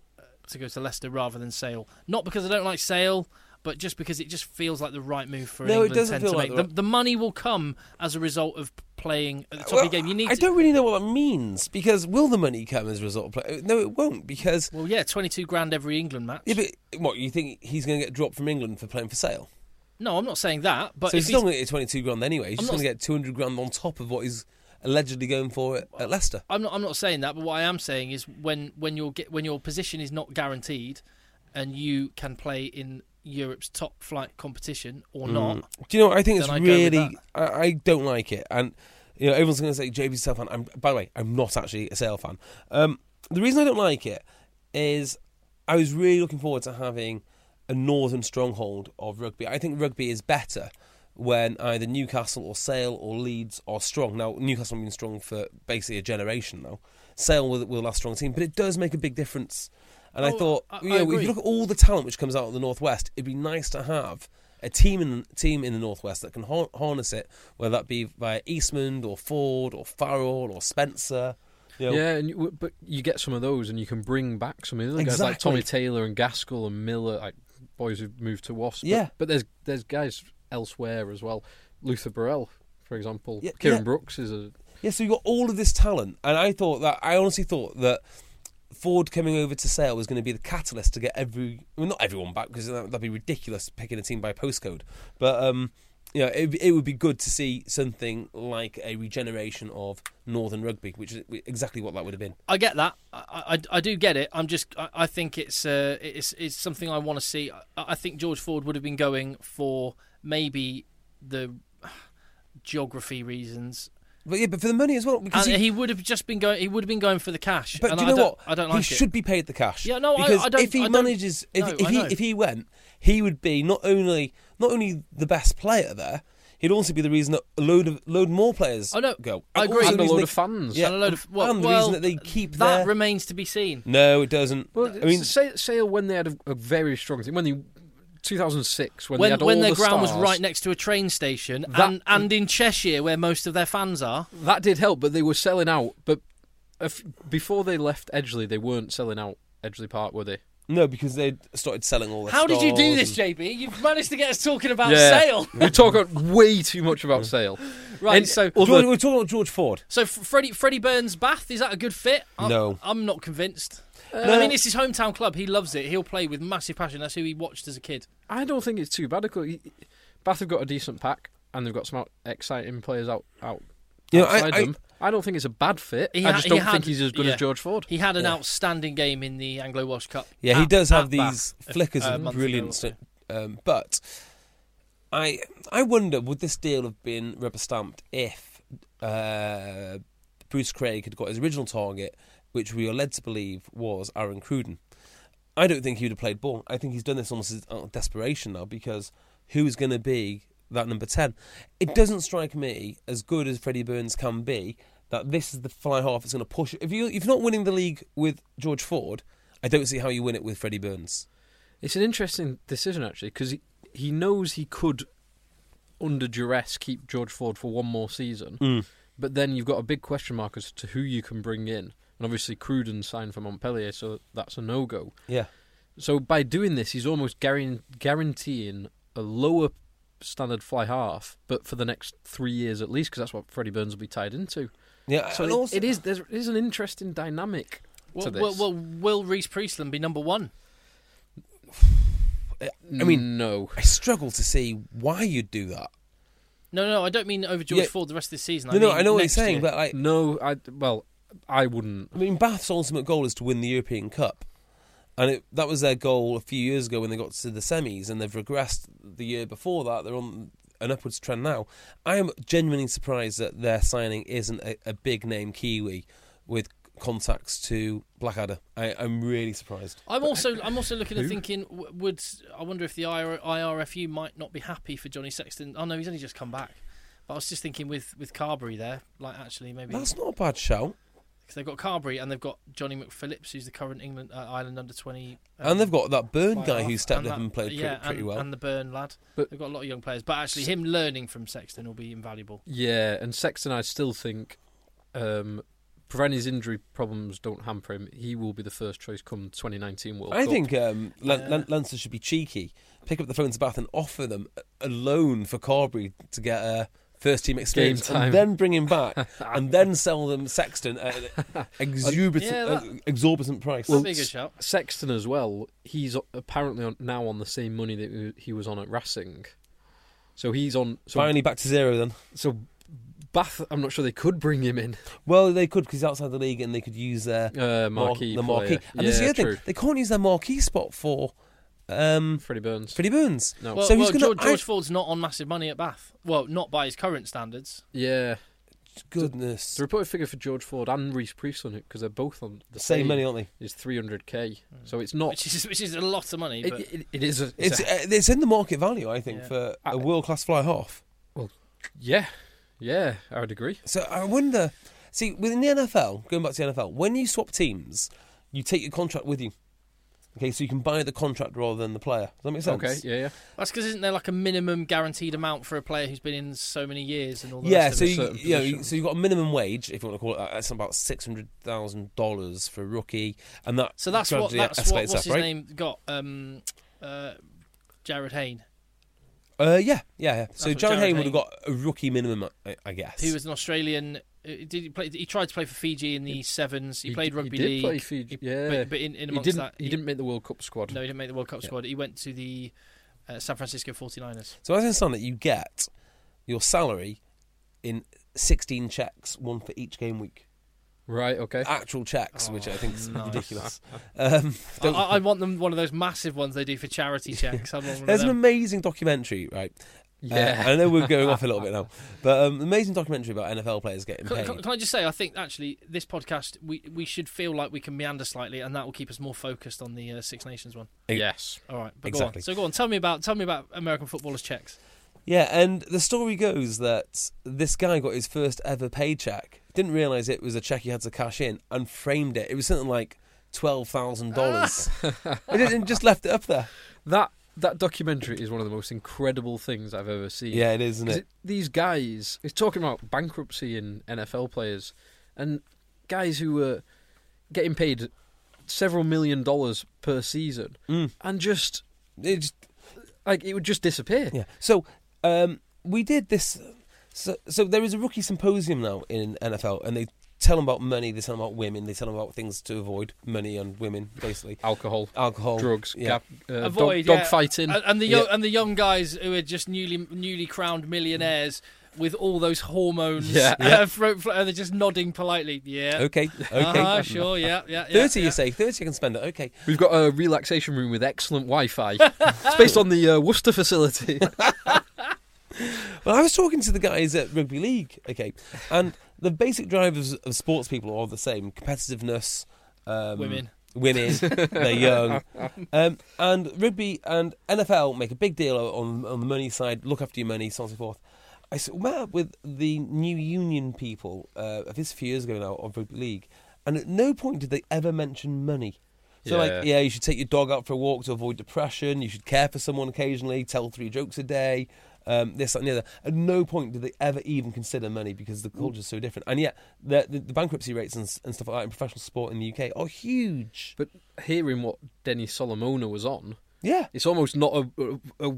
Speaker 1: to go to Leicester rather than Sale. Not because I don't like Sale, but just because it just feels like the right move for an
Speaker 2: No, it
Speaker 1: England
Speaker 2: doesn't
Speaker 1: 10
Speaker 2: feel
Speaker 1: to
Speaker 2: like
Speaker 1: make.
Speaker 2: the
Speaker 1: The, the money will come as a result of playing at the top
Speaker 2: Well,
Speaker 1: of the game. You need
Speaker 2: I
Speaker 1: to-
Speaker 2: don't really know what that means because will the money come as a result of play? uh, No, it won't because
Speaker 1: well, yeah, twenty-two grand every England match.
Speaker 2: yeah, but what you think he's going to get dropped from England for playing for Sale?
Speaker 1: no, I'm not saying that, but
Speaker 2: so
Speaker 1: if
Speaker 2: he's
Speaker 1: he's,
Speaker 2: not going to get twenty two grand anyway. He's
Speaker 1: I'm
Speaker 2: just
Speaker 1: not
Speaker 2: going to get two hundred grand on top of what he's allegedly going for at, at Leicester.
Speaker 1: I'm not. I'm not saying that. But what I am saying is when when your get when your position is not guaranteed, and you can play in Europe's top flight competition or
Speaker 2: Mm.
Speaker 1: not.
Speaker 2: Do you know? what? I think it's
Speaker 1: Then I go with
Speaker 2: really. I, I don't like it, and you know everyone's going to say JB's a Sale fan. I'm, by the way, I'm not actually a Sale fan. Um, the reason I don't like it is I was really looking forward to having a northern stronghold of rugby. I think rugby is better when either Newcastle or Sale or Leeds are strong. Now Newcastle have been strong for basically a generation now. Sale were, the- were the last strong team, but it does make a big difference. And I
Speaker 1: Oh,
Speaker 2: thought,
Speaker 1: I- I
Speaker 2: you know, if
Speaker 1: agree.
Speaker 2: you look at all the talent which comes out of the northwest, it'd be nice to have a team in team in the northwest that can har- harness it, whether that be via Eastmond or Ford or Farrell or Spencer. You know,
Speaker 3: Yeah, and you, w- but you get some of those, and you can bring back some of the other guys like
Speaker 2: Exactly.
Speaker 3: Tommy Taylor and Gaskell and Miller, like boys who've moved to Wasp. But-
Speaker 2: Yeah.
Speaker 3: but, there's there's guys elsewhere as well. Luther Burrell, for example.
Speaker 2: Yeah,
Speaker 3: Kieran
Speaker 2: yeah.
Speaker 3: Brooks is a
Speaker 2: Yeah, so you got all of this talent, and I thought that I honestly thought that Ford coming over to Sale was going to be the catalyst to get every well, not everyone back because that, that'd be ridiculous picking a team by postcode, but um, you know, it, it would be good to see something like a regeneration of Northern rugby, which is exactly what that would have been.
Speaker 1: I get that. I, I, I do get it. I'm just. I, I think it's uh, it's it's something I want to see. I, I think George Ford would have been going for maybe the geography reasons,
Speaker 2: But yeah, but for the money as well, because
Speaker 1: and he,
Speaker 2: he,
Speaker 1: would have just been going. He would have been going for the cash.
Speaker 2: but
Speaker 1: and
Speaker 2: do you
Speaker 1: I
Speaker 2: know
Speaker 1: don't,
Speaker 2: what?
Speaker 1: I don't
Speaker 2: he
Speaker 1: like it.
Speaker 2: should be paid the cash.
Speaker 1: Yeah, no, I-
Speaker 2: because
Speaker 1: I don't-
Speaker 2: If he
Speaker 1: I don't-
Speaker 2: manages, if,
Speaker 1: No,
Speaker 2: if
Speaker 1: I
Speaker 2: he
Speaker 1: know.
Speaker 2: if he went, he would be not only not only the best player there. He'd also be the reason that a load of load more players
Speaker 1: Oh, no,
Speaker 2: go.
Speaker 1: I agree.
Speaker 2: also
Speaker 1: And
Speaker 3: a
Speaker 2: the reason
Speaker 3: load
Speaker 2: they-
Speaker 3: of fans.
Speaker 2: Yeah,
Speaker 1: and a load of well,
Speaker 2: and the
Speaker 1: well,
Speaker 2: reason that they keep
Speaker 1: that
Speaker 2: their-
Speaker 1: remains to be seen.
Speaker 2: No, it doesn't.
Speaker 3: Well,
Speaker 2: I mean,
Speaker 3: Sa- Sale when they had a, a very strong team when they 2006 when, they
Speaker 1: When
Speaker 3: had
Speaker 1: when
Speaker 3: all
Speaker 1: their
Speaker 3: the
Speaker 1: ground was
Speaker 3: stars,
Speaker 1: right next to a train station
Speaker 3: That-
Speaker 1: and and in Cheshire where most of their fans are.
Speaker 3: that did help, but they were selling out. But if, before they left Edgeley, they weren't selling out Edgeley Park, were they?
Speaker 2: no, because they started selling all. Their
Speaker 1: How did you do
Speaker 2: stores
Speaker 1: this,
Speaker 2: and-
Speaker 1: JB? You've managed to get us talking about sale.
Speaker 3: we talk way too much about Sale.
Speaker 1: Right,
Speaker 3: And
Speaker 1: so-
Speaker 3: other-
Speaker 2: George, we're talking about George Ford.
Speaker 1: So F- Freddie Freddie Burns Bath is that a good fit? I'm,
Speaker 2: No.
Speaker 1: I'm not convinced. I mean, it's his hometown club. He loves it. He'll play with massive passion. That's who he watched as a kid.
Speaker 3: I don't think it's too bad. Of course, y- Bath have got a decent pack, and they've got some out, exciting players out out
Speaker 2: You know, I-
Speaker 3: outside
Speaker 2: I-
Speaker 3: them. I, don't think it's a bad fit.
Speaker 1: He
Speaker 3: I
Speaker 1: ha-
Speaker 3: just
Speaker 1: he
Speaker 3: don't
Speaker 1: had-
Speaker 3: think he's as good
Speaker 1: yeah.
Speaker 3: as George Ford.
Speaker 1: He had an outstanding game in the Anglo Welsh Cup.
Speaker 2: Yeah, he
Speaker 1: at-
Speaker 2: does have
Speaker 1: at
Speaker 2: these
Speaker 1: Bath Ah, a-
Speaker 2: flickers
Speaker 1: a
Speaker 2: of
Speaker 1: month ago or
Speaker 2: brilliance,
Speaker 1: so.
Speaker 2: um, but I I wonder would this deal have been rubber stamped if uh, Bruce Craig had got his original target, which we are led to believe was Aaron Cruden. I don't think he would have played ball. I think he's done this almost out of desperation now because who's going to be that number 10? It doesn't strike me as good as Freddie Burns can be that this is the fly half that's going to push. If, you, if you're not winning the league with George Ford, I don't see how you win it with Freddie Burns.
Speaker 3: It's an interesting decision actually because he, he knows he could, under duress, keep George Ford for one more season. But then you've got a big question mark as to who you can bring in, and obviously Cruden signed for Montpellier, so that's a no go.
Speaker 2: Yeah.
Speaker 3: So by doing this, he's almost guaran- guaranteeing a lower standard fly half, but for the next three years at least, because that's what Freddie Burns will be tied into.
Speaker 2: Yeah.
Speaker 3: So
Speaker 2: and
Speaker 3: it-
Speaker 2: also,
Speaker 3: it is there's, there's an interesting dynamic to
Speaker 1: Uh, Well,
Speaker 3: this.
Speaker 1: well, well, will Reese Priestland be number one?
Speaker 3: I mean, no.
Speaker 2: I struggle to see why you'd do that.
Speaker 1: No, no, I don't mean over George
Speaker 2: Yeah.
Speaker 1: Ford the rest of the season.
Speaker 2: No, no,
Speaker 1: mean
Speaker 2: I know what you're
Speaker 1: next
Speaker 2: saying,
Speaker 1: year.
Speaker 2: but like,
Speaker 3: No, I well, I wouldn't.
Speaker 2: I mean, Bath's ultimate goal is to win the European Cup, and it, that was their goal a few years ago when they got to the semis, and they've regressed the year before that. They're on an upwards trend now. I am genuinely surprised that their signing isn't a, a big name Kiwi with contacts to Blackadder. I, I'm really surprised.
Speaker 1: I'm also I'm also looking and thinking w- would I wonder if the IR, IRFU might not be happy for Johnny Sexton? Oh no, he's only just come back. But I was just thinking with with Carberry there, like actually maybe
Speaker 2: That's not a bad shout,
Speaker 1: because they've got Carberry and they've got Johnny McPhillips, who's the current England uh, Ireland under twenty.
Speaker 2: and they've got that Burn
Speaker 1: fly
Speaker 2: guy who
Speaker 1: half,
Speaker 2: stepped
Speaker 1: and
Speaker 2: up
Speaker 1: that-
Speaker 2: and played pretty,
Speaker 1: yeah,
Speaker 2: pretty
Speaker 1: and,
Speaker 2: well.
Speaker 1: and the Burn lad.
Speaker 3: But-
Speaker 1: they've got a lot of young players, but actually him learning from Sexton will be invaluable.
Speaker 3: Yeah, and Sexton, I still think, um, providing his injury problems don't hamper him, he will be the first choice come 2019 World
Speaker 2: I
Speaker 3: Cup.
Speaker 2: think um, Lan- Lan- Lancer should be cheeky, pick up the phone to Bath and offer them a loan for Carberry to get a first team experience,
Speaker 3: time.
Speaker 2: and then bring him back, and then sell them Sexton at an exorbitant,
Speaker 1: Yeah, that-
Speaker 2: uh, exorbitant price.
Speaker 1: That'd be a good shout.
Speaker 3: Sexton as well. He's apparently on, now on the same money that he was on at Racing, so he's on. So,
Speaker 2: finally back to zero then.
Speaker 3: so Bath, I'm not sure they could bring him in.
Speaker 2: Well, they could because he's outside the league, and they could use their
Speaker 3: Uh,
Speaker 2: mar-
Speaker 3: marquee
Speaker 2: the
Speaker 3: player.
Speaker 2: marquee. And this is the
Speaker 3: Yeah,
Speaker 2: other
Speaker 3: true.
Speaker 2: thing: they can't use their marquee spot for um,
Speaker 3: Freddie Burns.
Speaker 2: Freddie Burns.
Speaker 3: No.
Speaker 1: Well,
Speaker 2: so
Speaker 1: well,
Speaker 2: he's going
Speaker 1: George,
Speaker 2: to.
Speaker 1: George Ford's not on massive money at Bath. Well, not by his current standards.
Speaker 3: yeah,
Speaker 2: Goodness,
Speaker 3: the reported figure for George Ford and Reese Priestland because they're both on the
Speaker 2: same
Speaker 3: same
Speaker 2: money, aren't they?
Speaker 3: is 300k. So it's not.
Speaker 1: Mm. Which is, which is a lot of money.
Speaker 3: it,
Speaker 1: But
Speaker 3: it- it is. A,
Speaker 2: It's
Speaker 3: it's a-
Speaker 2: uh, it's in the market value, I think,
Speaker 1: Yeah.
Speaker 2: for a world class fly half.
Speaker 3: yeah, yeah. I would agree.
Speaker 2: So I wonder. See, within the NFL, going back to the NFL, when you swap teams, you take your contract with you. Okay, so you can buy the contract rather than the player. Does that make sense?
Speaker 3: Okay. Yeah. Yeah.
Speaker 1: That's because isn't there like a minimum guaranteed amount for a player who's been in so many years and all the
Speaker 2: Yeah,
Speaker 1: rest
Speaker 2: so
Speaker 1: of it?
Speaker 2: you,
Speaker 3: certain
Speaker 2: you know, you-
Speaker 3: positions.
Speaker 2: so you've got a minimum wage, if you want to call it that. That's about six hundred thousand dollars for a rookie, and that
Speaker 1: So that's what
Speaker 2: gradually
Speaker 1: that's what
Speaker 2: escalates
Speaker 1: what's
Speaker 2: up,
Speaker 1: his
Speaker 2: right?
Speaker 1: name got? Um, uh, Jared Hayne,
Speaker 2: Uh, yeah, yeah. yeah. So Jared
Speaker 1: what Jared
Speaker 2: Hayne would have
Speaker 1: Hayne-
Speaker 2: got a rookie minimum, I, I guess.
Speaker 1: who was an Australian. uh, Did he play? He tried to play for Fiji in the sevens. He, played
Speaker 3: d-
Speaker 1: rugby
Speaker 3: he did
Speaker 1: league.
Speaker 3: Play Fiji.
Speaker 1: He-
Speaker 3: yeah,
Speaker 1: but, but in, in
Speaker 3: he
Speaker 1: amongst
Speaker 3: didn't.
Speaker 1: that,
Speaker 3: he, didn't make the World Cup squad.
Speaker 1: No, he didn't make the World Cup squad. He went to the uh, San Francisco 49ers.
Speaker 2: So as I understand it, you get your salary in sixteen checks, one for each game week.
Speaker 3: Right. Okay.
Speaker 2: Actual checks, which I think is
Speaker 1: nice.
Speaker 2: ridiculous. Um,
Speaker 1: I, I I want them one of those massive ones they do for charity checks. I want one of
Speaker 2: There's an
Speaker 1: them.
Speaker 2: amazing documentary, right? Uh,
Speaker 3: yeah.
Speaker 2: I know we're going off a little bit now, but um, amazing documentary about NFL players getting
Speaker 1: Can,
Speaker 2: paid.
Speaker 1: can, can I just say, I think actually this podcast we, we should feel like we can meander slightly, and that will keep us more focused on the uh, Six Nations one.
Speaker 3: yes.
Speaker 1: All right, but go
Speaker 2: Exactly.
Speaker 1: on. So go on. Tell me about tell me about American footballers' checks.
Speaker 2: Yeah, and the story goes that this guy got his first ever paycheck, didn't realise it was a check he had to cash in, and framed it. It was something like twelve thousand dollars, and just left it up there.
Speaker 3: That that documentary is one of the most incredible things I've ever seen.
Speaker 2: Yeah, it is, isn't
Speaker 3: 'Cause
Speaker 2: it?
Speaker 3: These guys, it's talking about bankruptcy in NFL players, and guys who were getting paid several million dollars per season,
Speaker 2: Mm.
Speaker 3: and just
Speaker 2: It just
Speaker 3: like it would just disappear.
Speaker 2: Yeah. So um, we did this. So, so there is a rookie symposium now in NFL, and they tell them about money, they tell them about women, they tell them about things to avoid money and women, basically.
Speaker 3: Alcohol,
Speaker 2: Alcohol,
Speaker 3: drugs,
Speaker 2: yeah.
Speaker 3: gap, uh,
Speaker 1: Avoid
Speaker 3: dog, dog
Speaker 1: yeah.
Speaker 3: fighting.
Speaker 1: and, and the young,
Speaker 2: Yeah.
Speaker 1: and the young guys who are just newly newly crowned millionaires with all those hormones.
Speaker 3: Yeah.
Speaker 1: uh, fro- fro- and they're just nodding politely. Yeah.
Speaker 2: Okay, okay.
Speaker 1: Uh-huh, sure. Yeah. Yeah. yeah,
Speaker 2: Thirty,
Speaker 1: yeah.
Speaker 2: you say thirty, I can spend it. Okay.
Speaker 3: We've got a relaxation room with excellent Wi-Fi. it's based on the uh, Worcester facility.
Speaker 2: Well, I was talking to the guys at rugby league, okay, and the basic drivers of sports people are all the same: competitiveness, um,
Speaker 1: Women.
Speaker 2: women, they're young, um, and rugby and NFL make a big deal on on the money side. Look after your money, so on and so forth. I s- met up with the new union people. Uh, I think it's a few years ago now of rugby league, and at no point did they ever mention money. So like,
Speaker 3: Yeah.
Speaker 2: yeah, you should take your dog out for a walk to avoid depression. You should care for someone occasionally. Tell three jokes a day. Um, this that, and the other. At no point did they ever even consider money because the culture's so different. And yet, the, the, the bankruptcy rates and, s- and stuff like that in professional sport in the UK are huge.
Speaker 3: but hearing what Denny Solomona was on,
Speaker 2: Yeah,
Speaker 3: it's almost not a, a, a-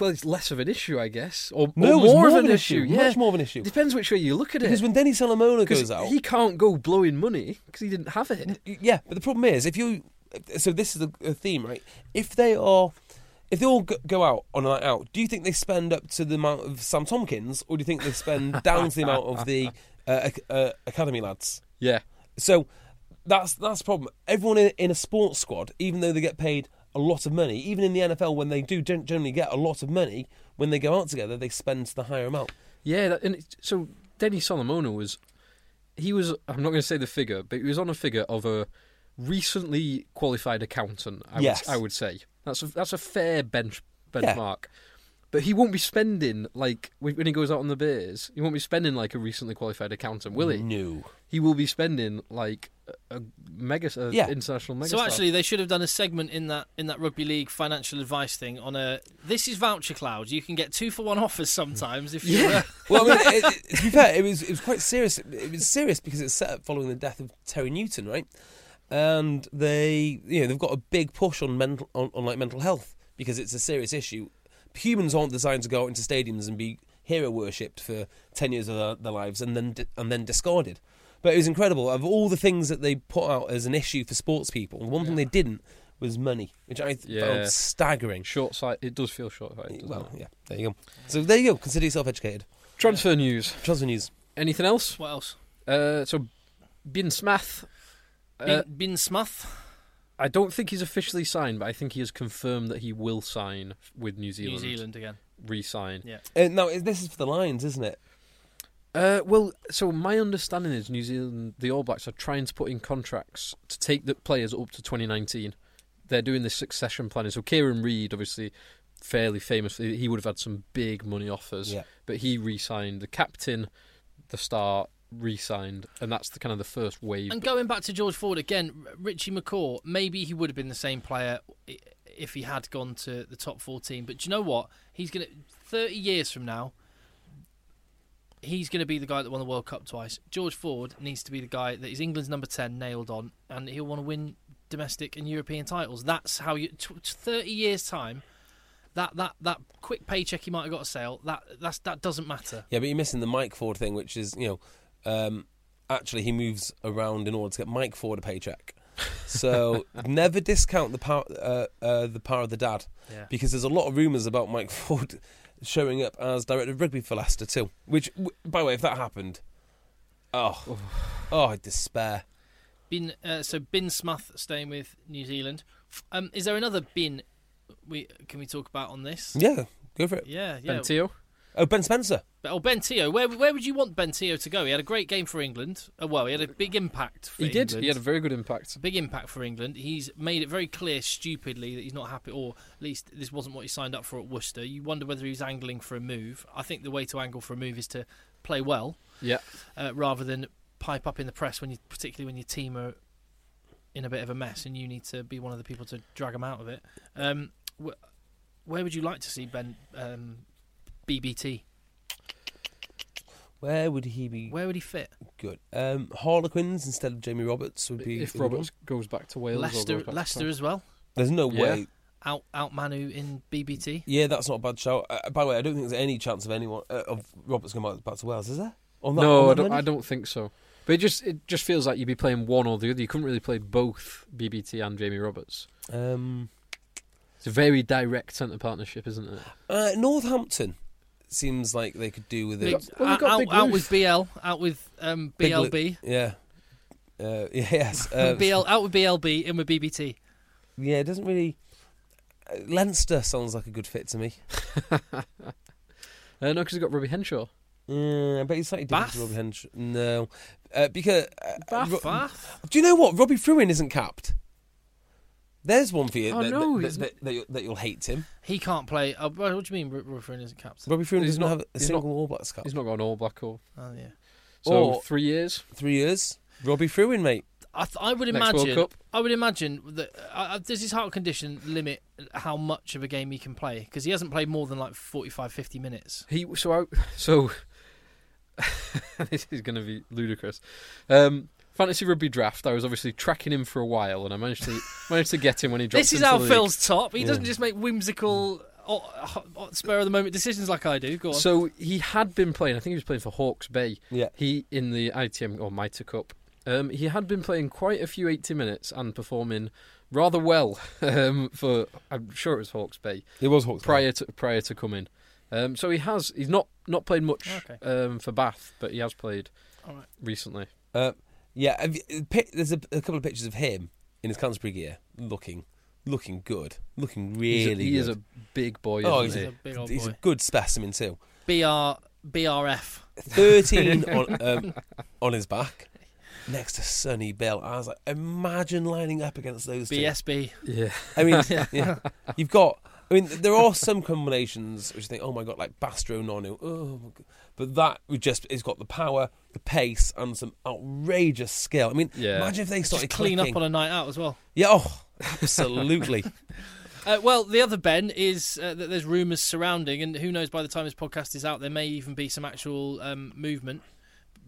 Speaker 3: well, it's less of an issue, I guess, or,
Speaker 2: No,
Speaker 3: or
Speaker 2: it was
Speaker 3: more, of an, issue. yeah.
Speaker 2: much more of an issue.
Speaker 3: Depends which way you look at
Speaker 2: because
Speaker 3: it.
Speaker 2: when Denny Salamona
Speaker 3: 'Cause
Speaker 2: goes out,
Speaker 3: he can't go blowing money because he didn't have it.
Speaker 2: yeah. But the problem is, if you, so this is a, a theme, right? If they are, if they all go- go out on a night out, do you think they spend up to the amount of Sam Tompkins, or do you think they spend down to the amount of the uh, ac- uh, academy lads?
Speaker 3: Yeah,
Speaker 2: So that's that's the problem. Everyone in, in a sports squad, even though they get paid a lot of money, even in the NFL when they do gen- generally get a lot of money, when they go out together, they spend the higher amount.
Speaker 3: yeah. That, and it, so Denny Solomona was, he was. I'm not going to say the figure, but he was on a figure of a recently qualified accountant. I,
Speaker 2: Yes.
Speaker 3: would, I would say that's a, that's a fair bench benchmark. But he won't be spending like when when he goes out on the beers. He won't be spending like a recently qualified accountant, will he?
Speaker 2: No.
Speaker 3: He will be spending like a, a mega, a
Speaker 2: Yeah.
Speaker 3: international mega.
Speaker 1: So actually, they should have done a segment in that in that rugby league financial advice thing on a. This is voucher cloud. You can get two for one offers sometimes if you. uh, Yeah.
Speaker 2: Well, I mean, it, it, to be fair, it was it was quite serious. It was serious because it's set up following the death of Terry Newton, right? And they, you know, they've got a big push on mental on, on like mental health because it's a serious issue. Humans aren't designed to go out into stadiums and be hero worshipped for ten years of their, their lives and then di- and then discarded. But it was incredible. Of all the things that they put out as an issue for sports people, the one thing they didn't was money, which I th-
Speaker 3: Yeah.
Speaker 2: found staggering.
Speaker 3: short sight. It does feel short sighted.
Speaker 2: Well,
Speaker 3: Well,
Speaker 2: yeah, there you go. So there you go. Consider yourself educated.
Speaker 3: transfer news.
Speaker 2: Transfer news.
Speaker 3: Anything else?
Speaker 1: What else?
Speaker 3: Uh, so, Bin Smath.
Speaker 1: Bin,
Speaker 3: Uh,
Speaker 1: Bin Smuth,
Speaker 3: I don't think he's officially signed, but I think he has confirmed that he will sign with New
Speaker 1: New
Speaker 3: Zealand.
Speaker 1: Zealand again.
Speaker 3: Re-sign.
Speaker 1: Yeah.
Speaker 2: Uh, no, it- this is for the Lions, isn't it?
Speaker 3: Uh, well, so my understanding is New Zealand, the All Blacks are trying to put in contracts to take the players up to 2019. They're doing this succession planning. So Kieran Reid, obviously, fairly famous, he would have had some big money offers,
Speaker 2: Yeah.
Speaker 3: but he re-signed. The captain, the star, re-signed, and that's the kind of the first wave.
Speaker 1: And going back to George Ford again, R- Richie McCaw, maybe he would have been the same player i- if he had gone to the top 14. But do you know what? He's going to, 30 years from now, he's going to be the guy that won the World Cup twice. George Ford needs to be the guy that is England's number 10 nailed on, and he'll want to win domestic and European titles. That's how you, t- 30 years' time. That, that that quick paycheck he might have got a sale that that's that doesn't matter.
Speaker 2: Yeah, but you're missing the Mike Ford thing, which is you know, um, actually he moves around in order to get Mike Ford a paycheck. So never discount the power, uh, uh, the power of the dad,
Speaker 1: Yeah.
Speaker 2: because there's a lot of rumours about Mike Ford showing up as director of rugby for Leicester too. Which, w- by the way, if that happened, oh, oh, I'd despair.
Speaker 1: Bin uh, so Bin Smith staying with New Zealand. Um, is there another bin we can we talk about on this?
Speaker 2: Yeah, go for it.
Speaker 1: Yeah, yeah.
Speaker 3: Bentio?
Speaker 2: Oh, Ben Spencer.
Speaker 1: But, oh, Ben Teo, where where would you want Ben Teo to go? He had a great game for England. Uh, well, he had a big impact. For
Speaker 3: He did.
Speaker 1: England.
Speaker 3: He had a very good impact.
Speaker 1: big impact for England. He's made it very clear, stupidly, that he's not happy, or at least this wasn't what he signed up for at Worcester. You wonder whether he's angling for a move. I think the way to angle for a move is to play well
Speaker 3: Yeah.
Speaker 1: uh, rather than pipe up in the press when you, particularly when your team are in a bit of a mess and you need to be one of the people to drag them out of it. Um, wh- where would you like to see Ben um, BBT?
Speaker 2: Where would he be
Speaker 1: Where would he fit?
Speaker 2: good? Um, Harlequins instead of Jamie Roberts would be.
Speaker 3: If Roberts goes back to Wales, or
Speaker 1: Leicester,
Speaker 3: goes back to
Speaker 1: Leicester as well.
Speaker 2: There's no
Speaker 3: Yeah.
Speaker 2: way.
Speaker 1: Out, out Manu in BBT.
Speaker 2: Yeah, that's not a bad shout. Uh, by the way, I don't think there's any chance of anyone uh, of Roberts going back- back to Wales, is there? On that- on
Speaker 3: no, I
Speaker 2: that
Speaker 3: don't, I
Speaker 2: menu?
Speaker 3: don't think so. But it just it just feels like you'd be playing one or the other. You couldn't really play both BBT and Jamie Roberts.
Speaker 2: Um,
Speaker 3: It's a very direct centre partnership, isn't it?
Speaker 2: uh, Northampton seems like they could do with
Speaker 1: Big,
Speaker 2: it.
Speaker 3: well, we've got
Speaker 1: out,
Speaker 3: Big
Speaker 1: out
Speaker 3: Ruth.
Speaker 1: with BL, out with um,
Speaker 2: Big
Speaker 1: BLB,
Speaker 2: Lu- yeah. Uh, yes. Uh,
Speaker 1: BL, out with BLB, in with BBT.
Speaker 2: Yeah, it doesn't really. uh, Leinster sounds like a good fit to me.
Speaker 3: Uh, no, because he's got Robbie Henshaw.
Speaker 2: Mm, I bet he's slightly different to
Speaker 1: Bath?
Speaker 2: Robbie Hensch. No, uh, because uh,
Speaker 1: Bath,
Speaker 2: Ro-
Speaker 1: Bath.
Speaker 2: do you know what Robbie Fruin isn't capped? There's one for you.
Speaker 3: Oh,
Speaker 2: that,
Speaker 3: no,
Speaker 2: that,
Speaker 3: he's
Speaker 2: that, that, that you'll hate him.
Speaker 1: He can't play. Uh, what what do you mean? Ru- Ruffin isn't captain.
Speaker 2: Robbie Fruin
Speaker 3: He's
Speaker 2: does not,
Speaker 3: not-
Speaker 2: have a
Speaker 3: he's
Speaker 2: single
Speaker 3: not-
Speaker 2: All Blacks cap.
Speaker 3: He's not got an All Black or
Speaker 1: Oh yeah.
Speaker 3: so
Speaker 2: Or-
Speaker 3: three years.
Speaker 2: Three years. Robbie Fruin, mate.
Speaker 1: I, th- I would
Speaker 3: Next World
Speaker 1: imagine.
Speaker 3: Cup.
Speaker 1: I would imagine that uh, uh, does his heart condition limit how much of a game he can play? Because he hasn't played more than like 45, 50 minutes.
Speaker 3: He so I, so. this is going to be ludicrous. Um, fantasy rugby draft. I was obviously tracking him for a while, and I managed to managed to get him when he dropped.
Speaker 1: This is
Speaker 3: into
Speaker 1: how
Speaker 3: the league.
Speaker 1: Phil's top. He doesn't just make whimsical, oh, oh, oh, spur of the moment decisions like I do. Go on.
Speaker 3: So he had been playing. I think he was playing for Hawke's Bay.
Speaker 2: Yeah.
Speaker 3: He in the ITM or Mitre Cup. Um, he had been playing quite a few 80 minutes and performing rather well um, for. I'm sure it was Hawke's Bay
Speaker 2: It was Hawks.
Speaker 3: prior to prior to coming. Um, so he has. He's not not played much
Speaker 1: Okay.
Speaker 3: um, for Bath, but he has played
Speaker 1: All right.
Speaker 3: recently.
Speaker 2: Uh, yeah, have you- pi- there's a, a couple of pictures of him in his Canterbury gear, looking, looking good, looking
Speaker 3: He's
Speaker 2: really.
Speaker 3: a- he is
Speaker 2: good.
Speaker 3: a big boy.
Speaker 2: oh, he's
Speaker 3: isn't
Speaker 2: a,
Speaker 1: a big old
Speaker 2: he's a
Speaker 1: boy.
Speaker 2: good specimen too.
Speaker 1: BR BRF.
Speaker 2: 13 on, um, on his back next to Sonny Bill. I was like, imagine lining up against those two.
Speaker 1: BSB.
Speaker 3: he? Yeah.
Speaker 2: I mean, yeah, you've got. I mean, there are some combinations which you think, oh my god, like Bastro Nonu. Oh, my God. but that would just it's got the power, the pace, and some outrageous skill. I mean,
Speaker 3: Yeah.
Speaker 2: imagine if they
Speaker 1: Just
Speaker 2: started
Speaker 1: clean
Speaker 2: clicking.
Speaker 1: up on a night out as well.
Speaker 2: yeah, oh, absolutely.
Speaker 1: Uh, well, the other Ben is uh, that there's rumours surrounding, and who knows by the time this podcast is out, there may even be some actual um, movement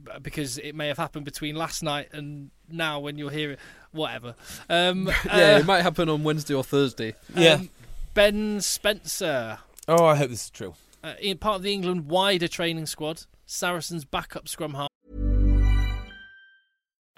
Speaker 1: b- because it may have happened between last night and now when you're hearing whatever. Um,
Speaker 3: yeah.
Speaker 1: uh,
Speaker 3: it might happen on Wednesday or Thursday.
Speaker 2: yeah.
Speaker 1: um, ben Spencer,
Speaker 2: oh, I hope this is true.
Speaker 1: uh, in part of the England wider training squad, Saracens backup scrum half.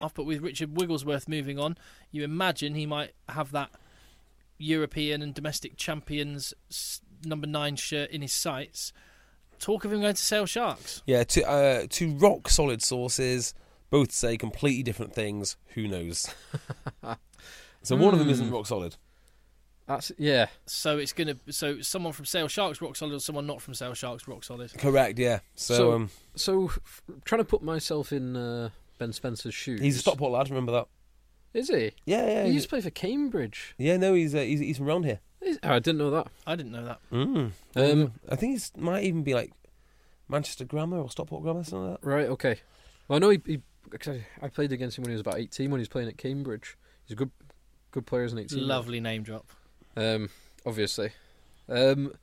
Speaker 1: off, but with Richard Wigglesworth moving on, you imagine he might have that European and domestic champions s- number nine shirt in his sights. Talk of him going to Sale Sharks.
Speaker 2: Yeah, two, uh, two rock solid sources, both say completely different things. Who knows? so one of them isn't rock solid.
Speaker 3: That's yeah.
Speaker 1: So it's gonna. So someone from Sale Sharks rock solid, or someone not from Sale Sharks rock solid.
Speaker 2: Correct. Yeah. So,
Speaker 3: So-
Speaker 2: um,
Speaker 3: So f- trying to put myself in uh, Ben Spencer's shoes.
Speaker 2: he's a Stockport lad. Remember that?
Speaker 3: Is he?
Speaker 2: Yeah, yeah.
Speaker 3: He
Speaker 2: He's,
Speaker 3: Um, used to play for Cambridge.
Speaker 2: yeah, no, he's, uh, he's he's from around here.
Speaker 3: Is Is- oh, I didn't know that.
Speaker 1: I didn't know that.
Speaker 2: Mm.
Speaker 3: Um,
Speaker 2: I think it might even be like Manchester Grammar or Stockport Grammar, something like that.
Speaker 3: Right, okay. Well, I know he. he cause I, I played against him when he was about 18 when he was playing at Cambridge. He's a good good player as an 18.
Speaker 1: Lovely name drop.
Speaker 3: Um, obviously. Um,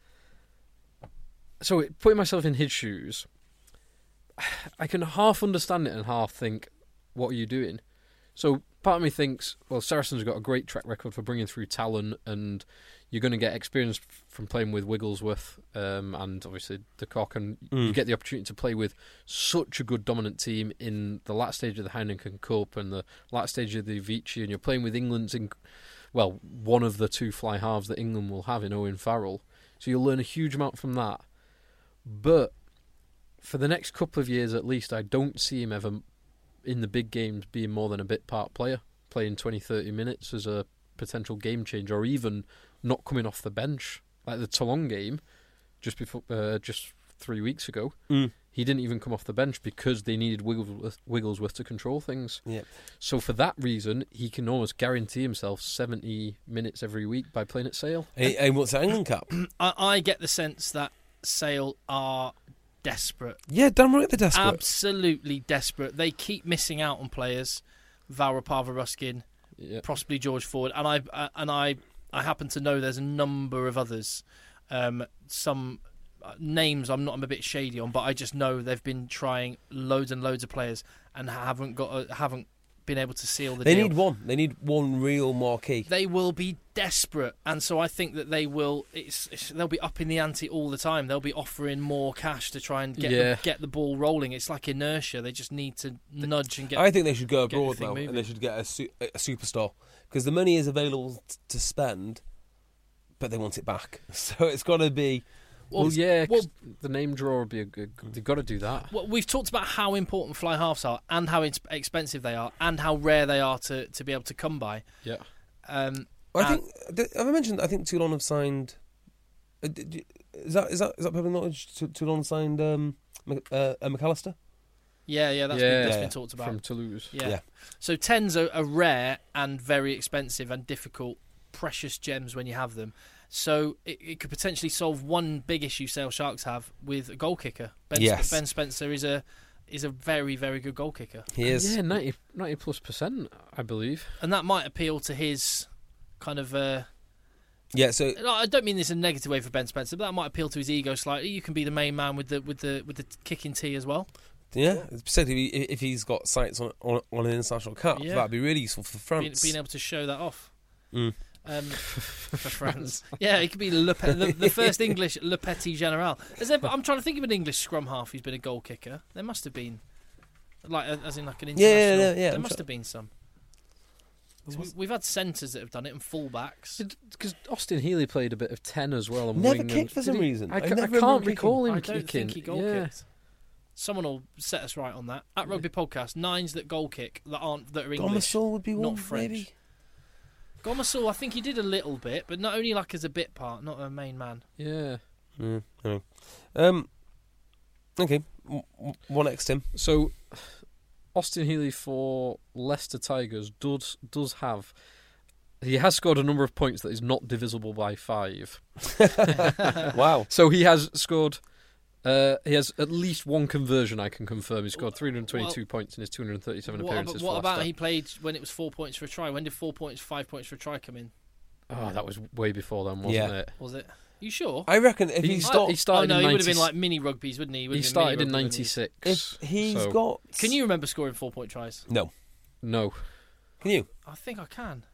Speaker 3: so, it- putting myself in his shoes, I can half understand it and half think, what are you doing? So, part of me thinks, well, Saracens have got a great track record for bringing through talent, and you're going to get experience f- from playing with Wigglesworth um, and obviously the Cock, and you get the opportunity to play with such a good dominant team in the last stage of the Heineken Cup and the last stage of the Avicii, and you're playing with England's, in- well, one of the two fly halves that England will have in Owen Farrell. So you'll learn a huge amount from that. But for the next couple of years at least, I don't see him ever in the big games being more than a bit part player, playing 20, 30 minutes as a potential game changer, or even not coming off the bench. Like the Toulon game, just before, uh, just three weeks ago, he didn't even come off the bench because they needed Wigglesworth, Wigglesworth to control things.
Speaker 2: Yep.
Speaker 3: So for that reason, he can almost guarantee himself 70 minutes every week by playing at Sale.
Speaker 2: And, and what's that England cap?
Speaker 1: I, I get the sense that Sale are desperate,
Speaker 2: yeah, damn right they're desperate.
Speaker 1: absolutely desperate. They keep missing out on players, Varapava Ruskin,
Speaker 3: Yeah.
Speaker 1: possibly George Ford, and I uh, and I I happen to know there's a number of others, um, some uh, names I'm not I'm a bit shady on, but I just know they've been trying loads and loads of players and haven't got a, haven't been able to seal the
Speaker 2: They
Speaker 1: deal.
Speaker 2: need one. They need one real marquee.
Speaker 1: they will be desperate, and so I think that they will. It's, it's- they'll be upping the ante all the time. They'll be offering more cash to try and get
Speaker 3: Yeah.
Speaker 1: the, get the ball rolling. It's like inertia. They just need to nudge and get.
Speaker 2: I think they should go
Speaker 1: get the
Speaker 2: abroad
Speaker 1: thing
Speaker 2: though,
Speaker 1: moving.
Speaker 2: and they should get a, su- a superstar because the money is available t- to spend, but they want it back. So it's got to be.
Speaker 3: Well, yeah, 'cause
Speaker 1: well-
Speaker 3: the name draw would be a good. They've got to do that.
Speaker 1: well, we've talked about how important fly halves are, and how ins- expensive they are, and how rare they are to, to be able to come by.
Speaker 3: Yeah.
Speaker 1: Um,
Speaker 2: I
Speaker 1: Uh,
Speaker 2: think th- have I mentioned? I think Toulon have signed. uh, d- d- Is that is that is that public knowledge? Tou- Toulon signed um, Mc- uh, uh, McAllister.
Speaker 1: yeah, yeah, that's
Speaker 3: Yeah.
Speaker 1: been, that's
Speaker 2: Yeah.
Speaker 1: been talked about.
Speaker 3: From Toulouse.
Speaker 1: yeah.
Speaker 2: Yeah.
Speaker 1: So tens are, are rare and very expensive and difficult, precious gems when you have them. So it, it could potentially solve one big issue Sale Sharks have with a goal kicker. Ben,
Speaker 2: Yes.
Speaker 1: ben Spencer is a is a very very good goal kicker,
Speaker 2: He is.
Speaker 3: Yeah, 90, 90 plus percent, I believe.
Speaker 1: and that might appeal to his kind of. Uh,
Speaker 2: Yeah. So
Speaker 1: No, I don't mean this in a negative way for Ben Spencer, but that might appeal to his ego slightly. You can be the main man with the with the with the kicking tee as well.
Speaker 2: yeah, particularly if if he's got sights on on, on an international cap,
Speaker 1: Yeah.
Speaker 2: that'd be really useful for
Speaker 1: Being,
Speaker 2: France.
Speaker 1: being able to show that off.
Speaker 2: Mm.
Speaker 1: Um, for France, yeah, it could be Le Pe- the, the first English Le Petit General. Has there, I'm trying to think of an English scrum half who's been a goal kicker. There must have been, like, uh, as in like an
Speaker 2: Yeah,
Speaker 1: international.
Speaker 2: yeah, yeah, yeah,
Speaker 1: there
Speaker 2: I'm
Speaker 1: must
Speaker 2: sure.
Speaker 1: have been some. 'Cause We, we've had centres that have done it and fullbacks.
Speaker 3: Because Austin Healy played a bit of 10 as well. And
Speaker 2: Never
Speaker 3: wing
Speaker 2: kicked
Speaker 3: and,
Speaker 2: for
Speaker 3: Did
Speaker 2: some
Speaker 3: he?
Speaker 2: reason.
Speaker 3: I,
Speaker 2: I
Speaker 3: ca-
Speaker 2: never
Speaker 3: I
Speaker 2: remember
Speaker 3: can't recall
Speaker 1: I
Speaker 3: him
Speaker 1: don't
Speaker 3: kicking.
Speaker 1: think he goal
Speaker 3: yeah.
Speaker 1: kicked. Someone will set us right on that. At Rugby Podcast, nines that goal kick that aren't that are English.
Speaker 2: Gomisol would be
Speaker 1: not
Speaker 2: one,
Speaker 1: French.
Speaker 2: maybe.
Speaker 1: Gomasol, I think he did a little bit, but not only like as a bit part, not a main man.
Speaker 3: Yeah.
Speaker 2: Yeah. Anyway. Um. Okay. W- w- What next, Tim?
Speaker 3: So, Austin Healy for Leicester Tigers does does have. He has scored a number of points that is not divisible by five.
Speaker 2: wow.
Speaker 3: So he has scored. Uh, he has at least one conversion. I can confirm. He scored 322 points in his 237
Speaker 1: What,
Speaker 3: appearances.
Speaker 1: about, what
Speaker 3: for
Speaker 1: about
Speaker 3: Leicester.
Speaker 1: he played when it was four points for a try? When did four points, five points for a try come in?
Speaker 3: Oh, that was way before then, wasn't
Speaker 2: Yeah.
Speaker 3: it?
Speaker 1: Was it? You sure?
Speaker 2: I reckon if
Speaker 3: He-
Speaker 2: he
Speaker 3: I-
Speaker 2: stopped,
Speaker 3: he started
Speaker 1: oh, no,
Speaker 3: in
Speaker 1: he would have
Speaker 3: 90s.
Speaker 1: been like mini rugbies, wouldn't he? He, would have been mini
Speaker 3: He started in
Speaker 1: rugby, wouldn't he?
Speaker 3: '96.
Speaker 2: if he's
Speaker 3: so-
Speaker 2: got,
Speaker 1: Can you remember scoring four point tries?
Speaker 2: No.
Speaker 3: no,
Speaker 2: Can you?
Speaker 1: I think I can.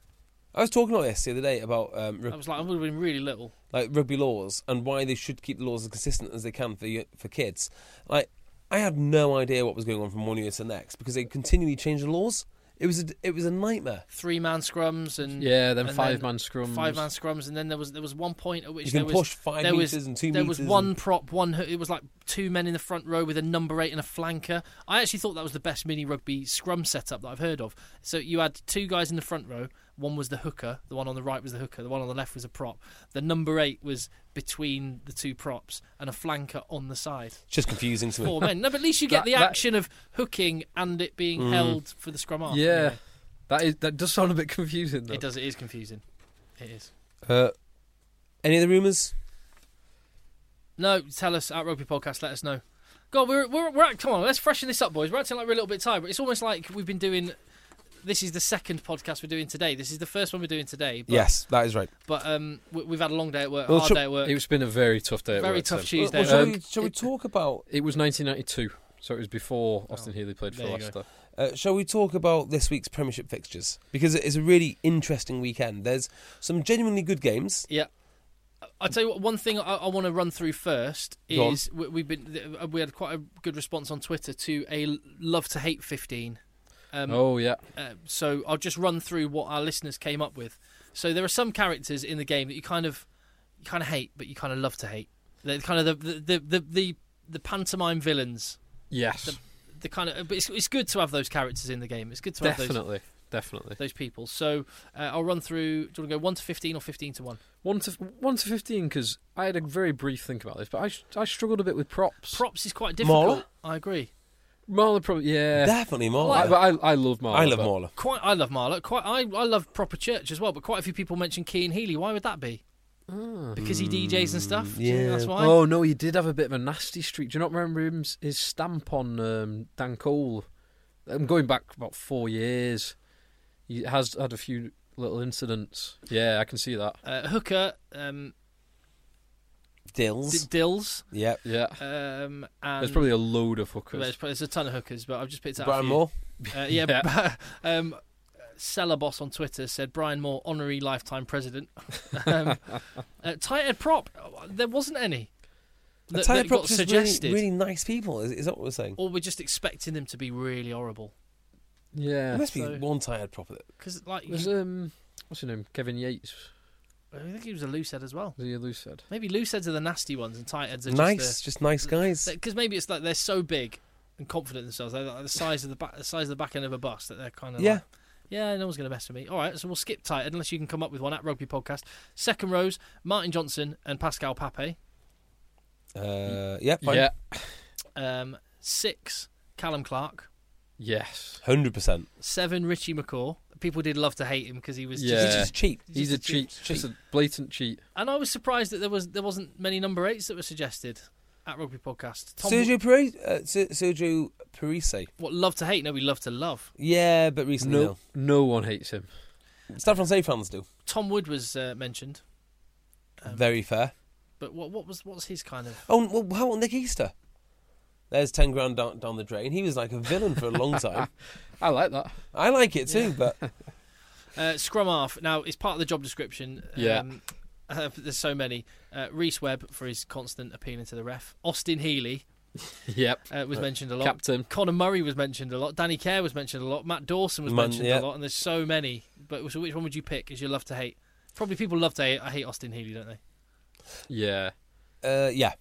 Speaker 2: I was talking about this the other day about um,
Speaker 1: I
Speaker 2: rug-
Speaker 1: was like, I would have been really little.
Speaker 2: like rugby laws and why they should keep the laws as consistent as they can for y- for kids. Like I had no idea what was going on from one year to the next because they continually changed the laws. It was a, it was a nightmare.
Speaker 1: Three man scrums and
Speaker 3: yeah, then
Speaker 1: and
Speaker 3: five man scrums.
Speaker 1: five man scrums, and then there was there was one point at which
Speaker 2: You
Speaker 1: there
Speaker 2: can
Speaker 1: was
Speaker 2: push five
Speaker 1: there was,
Speaker 2: metres and two
Speaker 1: there was
Speaker 2: metres
Speaker 1: one
Speaker 2: and-
Speaker 1: prop, one ho- it was like two men in the front row with a number eight and a flanker. I actually thought that was the best mini rugby scrum setup that I've heard of. So you had two guys in the front row. One was the hooker, the one on the right was the hooker, the one on the left was a prop. The number eight was between the two props, and a flanker on the side.
Speaker 2: It's just confusing to me.
Speaker 1: Four men. No, but at least you get
Speaker 3: That-
Speaker 1: the
Speaker 3: that- Mm.
Speaker 1: action of hooking and it being held for the scrum half.
Speaker 3: Yeah,
Speaker 1: Anyway,
Speaker 3: that is that does sound a bit confusing. Though.
Speaker 1: it does. It is confusing. It is.
Speaker 2: Uh, Any other rumours?
Speaker 1: No, tell us at Rugby Podcast. Let us know. God, we're we're, we're at, come on. Let's freshen this up, boys. We're acting like we're a little bit tired, but it's almost like we've been doing. This is the second podcast we're doing today. This is the first one we're doing today. But,
Speaker 2: yes, that is right.
Speaker 1: But um, we, we've had a long day at work,
Speaker 2: Well,
Speaker 1: hard
Speaker 2: should-
Speaker 1: day at work.
Speaker 3: It's been a very tough day. at
Speaker 1: Very
Speaker 3: work,
Speaker 1: tough
Speaker 3: Tim.
Speaker 1: Tuesday.
Speaker 2: Well, shall,
Speaker 3: Um,
Speaker 2: we, shall we talk about
Speaker 3: It was 1992, so it was before Austin Healy played for
Speaker 1: there you go.
Speaker 3: Leicester.
Speaker 2: uh, shall we talk about this week's Premiership fixtures because it's a really interesting weekend. There's some genuinely good games.
Speaker 1: Yeah. I tell you what. One thing I, I want to run through first
Speaker 2: Go on.
Speaker 1: is we, we've been th- we had quite a good response on Twitter to a love to hate fifteen. Um,
Speaker 3: oh yeah,
Speaker 1: uh, so I'll just run through what our listeners came up with. So there are some characters in the game that you kind of you kind of hate, but you kind of love to hate. They're kind of the the the the, the, the pantomime villains.
Speaker 3: yes,
Speaker 1: The kind of but it's, it's good to have those characters in the game. It's good to have those
Speaker 3: definitely, definitely.
Speaker 1: those people. So uh, I'll run through. Do you want to go one to fifteen or fifteen to one?
Speaker 3: One to one to fifteen because I had a very brief think about this, but I sh- I struggled a bit with props.
Speaker 1: Props is quite difficult.
Speaker 2: Mauler?
Speaker 1: I agree.
Speaker 3: Marla, pro- yeah.
Speaker 2: Definitely more.
Speaker 3: I,
Speaker 2: I,
Speaker 3: but I, I love Marla.
Speaker 2: love
Speaker 3: but-
Speaker 2: Mauler.
Speaker 1: Quite, I love Marla. Quite, I, I love proper church as well. But quite a few people mention Keane Healy. Why would that be? Because he DJs and stuff. Do you think
Speaker 2: yeah.
Speaker 1: that's why.
Speaker 3: Oh no, he did have a bit of a nasty streak. Do you not remember him, his stamp on um, Dan Cole? I'm going back about four years. He has had a few little incidents. Yeah, I can see that.
Speaker 1: Uh, Hooker, um, D-
Speaker 2: Dills.
Speaker 1: Dills,
Speaker 2: yep.
Speaker 3: Yeah,
Speaker 1: um,
Speaker 3: there's
Speaker 1: and
Speaker 3: probably a load of
Speaker 1: there's,
Speaker 3: hookers.
Speaker 1: pro- there's a ton of hookers, but I've just picked out. a
Speaker 2: Brian
Speaker 1: few.
Speaker 2: Moore.
Speaker 1: Uh, yeah.
Speaker 3: Yeah.
Speaker 1: but, um, Seller boss on Twitter said Brian Moore honorary lifetime president. um, uh, tight end prop. There wasn't any that,
Speaker 2: Tyler
Speaker 1: that got
Speaker 2: Brooks is
Speaker 1: suggested,
Speaker 2: Really, really nice people. Is, is that what we're saying?
Speaker 1: or we're just expecting them to be really horrible.
Speaker 2: There
Speaker 3: Yeah,
Speaker 2: must be
Speaker 1: so-
Speaker 2: one tired prop that
Speaker 1: Because like,
Speaker 3: there's um, what's his name? Kevin Yates.
Speaker 1: I think he was a loose head as well.
Speaker 3: The loose head.
Speaker 1: Maybe loose heads are the nasty ones, and tight heads are
Speaker 2: nice, just nice
Speaker 1: just
Speaker 2: guys.
Speaker 1: because maybe it's like they're so big and confident in themselves, they're like the size of the back, the size of the back end of a bus that they're kind of
Speaker 2: Yeah.
Speaker 1: Like, yeah, no one's going to mess with me. All right, so we'll skip tight head unless you can come up with one at Rugby Podcast. Second rows: Martin Johnson and Pascal Pape.
Speaker 2: Uh, yeah, fine.
Speaker 3: Yeah.
Speaker 1: Um, six: Callum Clark.
Speaker 3: Yes.
Speaker 2: hundred percent.
Speaker 1: Seven: Richie McCaw. People did love to hate him because he was
Speaker 3: Yeah.
Speaker 2: It's
Speaker 1: just,
Speaker 2: just cheap.
Speaker 3: He's a cheat. Just a blatant cheat.
Speaker 1: and I was surprised that there was there wasn't many number eights that were suggested at Rugby Podcast. Tom,
Speaker 2: Sergio Parise. Uh, Ser- Sergio Parise.
Speaker 1: what love to hate? No, we love to love.
Speaker 2: Yeah, but recently
Speaker 3: No, no one hates him.
Speaker 2: no. Stade Francais fans do.
Speaker 1: Tom Wood was uh, mentioned,
Speaker 2: Very fair.
Speaker 1: but what what was what's his kind of?
Speaker 2: Oh, well, how about Nick Easter? There's ten grand down, down the drain. He was like a villain for a long time.
Speaker 3: I like that.
Speaker 2: I like it too, but
Speaker 1: Uh, scrum half. Now it's part of the job description.
Speaker 3: Yeah.
Speaker 1: uh, there's so many. Uh, Reese Webb for his constant appealing to the ref. Austin Healy
Speaker 3: Yep.
Speaker 1: uh, was mentioned a lot.
Speaker 3: Captain.
Speaker 1: Connor Murray was mentioned a lot. Danny Kerr was mentioned a lot. Matt Dawson was
Speaker 2: Man,
Speaker 1: mentioned
Speaker 2: yeah.
Speaker 1: a lot. And there's so many. But so which one would you pick? As you love to hate. Probably people love to hate. I hate Austin Healy, don't they?
Speaker 3: Yeah.
Speaker 2: uh, yeah,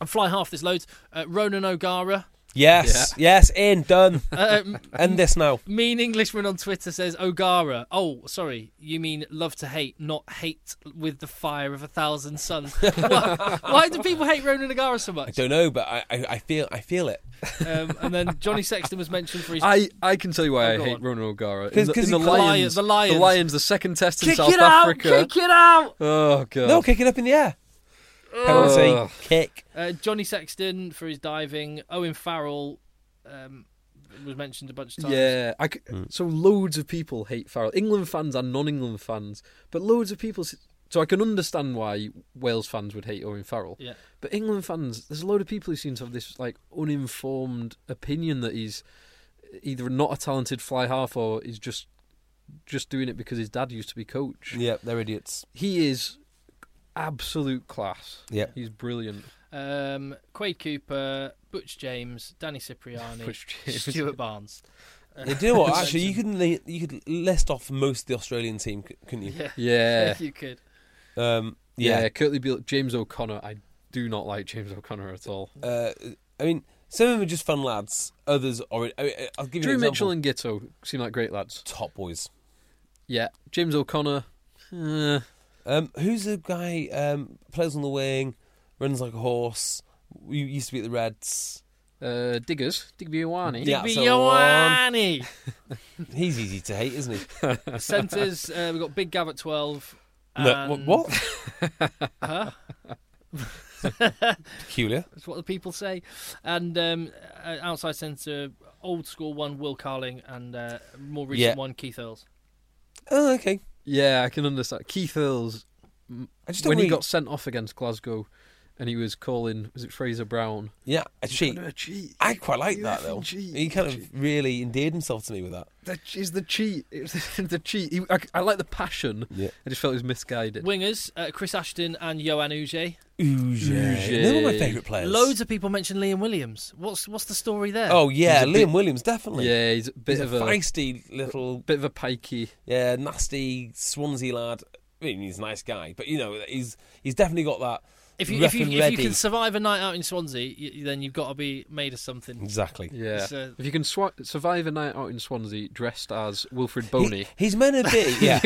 Speaker 1: And fly half. There's loads. Uh, Ronan O'Gara.
Speaker 2: yes, yes, in done.
Speaker 1: Uh, um,
Speaker 2: End this now.
Speaker 1: Mean Englishman on Twitter says Ogara. Oh, sorry, you mean love to hate, not hate with the fire of a thousand suns. why, why do people hate Ronan Ogara so much?
Speaker 2: Don't know, but I, I, I feel, I feel it.
Speaker 1: Um, and then Johnny Sexton was mentioned for his.
Speaker 3: I, I can tell you why
Speaker 1: Oh,
Speaker 3: I
Speaker 1: go
Speaker 3: hate
Speaker 1: on.
Speaker 3: Ronan O'Gara. In
Speaker 2: 'Cause-
Speaker 3: the,
Speaker 2: 'cause
Speaker 3: in
Speaker 2: he
Speaker 3: the
Speaker 1: caught-
Speaker 3: Lions,
Speaker 1: The Lions.
Speaker 3: the Lions, the second test in
Speaker 1: kick
Speaker 3: South
Speaker 1: it
Speaker 3: Africa.
Speaker 1: out! Kick it out!
Speaker 3: Oh god.
Speaker 2: No, kick it up in the air. Penalty
Speaker 3: Ugh.
Speaker 2: kick.
Speaker 1: Uh, Johnny Sexton for his diving. Owen Farrell um, was mentioned a bunch of times.
Speaker 3: yeah, I c so loads of people hate Farrell. England fans and non-England fans, but loads of people. s- So I can understand why Wales fans would hate Owen Farrell.
Speaker 1: Yeah.
Speaker 3: But England fans, there's a load of people who seem to have this like uninformed opinion that he's either not a talented fly half or he's just just doing it because his dad used to be coach.
Speaker 2: Yep, they're idiots.
Speaker 3: He is absolute class.
Speaker 2: Yep.
Speaker 3: he's brilliant.
Speaker 1: Um, Quade Cooper, Butch James, Danny Cipriani,
Speaker 3: Butch James.
Speaker 1: Stuart Barnes.
Speaker 2: Yeah, do you know what? Actually, you could li- you could list off most of the Australian team, c- couldn't you?
Speaker 1: Yeah.
Speaker 3: Yeah.
Speaker 1: you could.
Speaker 2: Um,
Speaker 3: Yeah,
Speaker 2: yeah.
Speaker 3: Curtly Beale, James O'Connor. I do not like James O'Connor at all.
Speaker 2: Uh, I mean, some of them are just fun lads. Others are. I mean, uh, I'll give you
Speaker 3: Drew
Speaker 2: an
Speaker 3: Mitchell
Speaker 2: example.
Speaker 3: and Gitto seem like great lads.
Speaker 2: Top boys.
Speaker 3: Yeah, James O'Connor. eh,
Speaker 2: Um, who's the guy? Um, plays on the wing, runs like a horse. We used to be at the Reds.
Speaker 3: uh, Diggers, Digby Iwani.
Speaker 2: Yeah,
Speaker 1: Be
Speaker 2: so on.
Speaker 1: Ioane!
Speaker 2: He's easy to hate, isn't he?
Speaker 1: Centres, uh, we've got Big Gav at 12,
Speaker 2: No,
Speaker 1: And-
Speaker 2: wh- what?
Speaker 3: Um,
Speaker 2: Peculiar.
Speaker 1: That's what the people say. And um, uh, outside centre, old school one, Will Carling, and uh, more recent
Speaker 2: Yeah.
Speaker 1: one, Keith Earls.
Speaker 2: Oh, okay.
Speaker 3: Yeah, I can understand. Keith Hills,
Speaker 2: I just don't
Speaker 3: when he
Speaker 2: really...
Speaker 3: got sent off against Glasgow and he was calling, was it Fraser Brown?
Speaker 2: yeah, a cheat.
Speaker 3: "You're a cheat.
Speaker 2: I quite like
Speaker 3: You
Speaker 2: that though.
Speaker 3: effing cheat.
Speaker 2: He kind
Speaker 3: Cheat."
Speaker 2: of really endeared himself to me with that.
Speaker 3: That is the cheat. It was the cheat. He, I, I like the passion.
Speaker 2: Yeah.
Speaker 3: I just felt it was misguided.
Speaker 1: Wingers, uh, Chris Ashton and Johan Uge.
Speaker 2: Uge.
Speaker 3: Uge.
Speaker 2: They're one of my favourite players.
Speaker 1: Loads of people mentioned Liam Williams. What's what's the story there?
Speaker 2: Oh yeah,
Speaker 3: He's a
Speaker 2: Liam
Speaker 3: bit-
Speaker 2: Williams definitely.
Speaker 3: yeah, he's a bit
Speaker 2: He's
Speaker 3: of
Speaker 2: a
Speaker 3: a,
Speaker 2: feisty little,
Speaker 3: bit of a pikey.
Speaker 2: yeah, nasty Swansea lad. I mean, he's a nice guy, but you know, he's he's definitely got that.
Speaker 1: if you
Speaker 2: rough
Speaker 1: if you,
Speaker 2: and
Speaker 1: if you
Speaker 2: ready.
Speaker 1: can survive a night out in Swansea, y then you've got to be made of something.
Speaker 2: exactly.
Speaker 3: Yeah.
Speaker 1: It's, uh,
Speaker 3: if you can swa survive a night out in Swansea dressed as Wilfred Boney,
Speaker 2: He- he's meant to be. Yeah,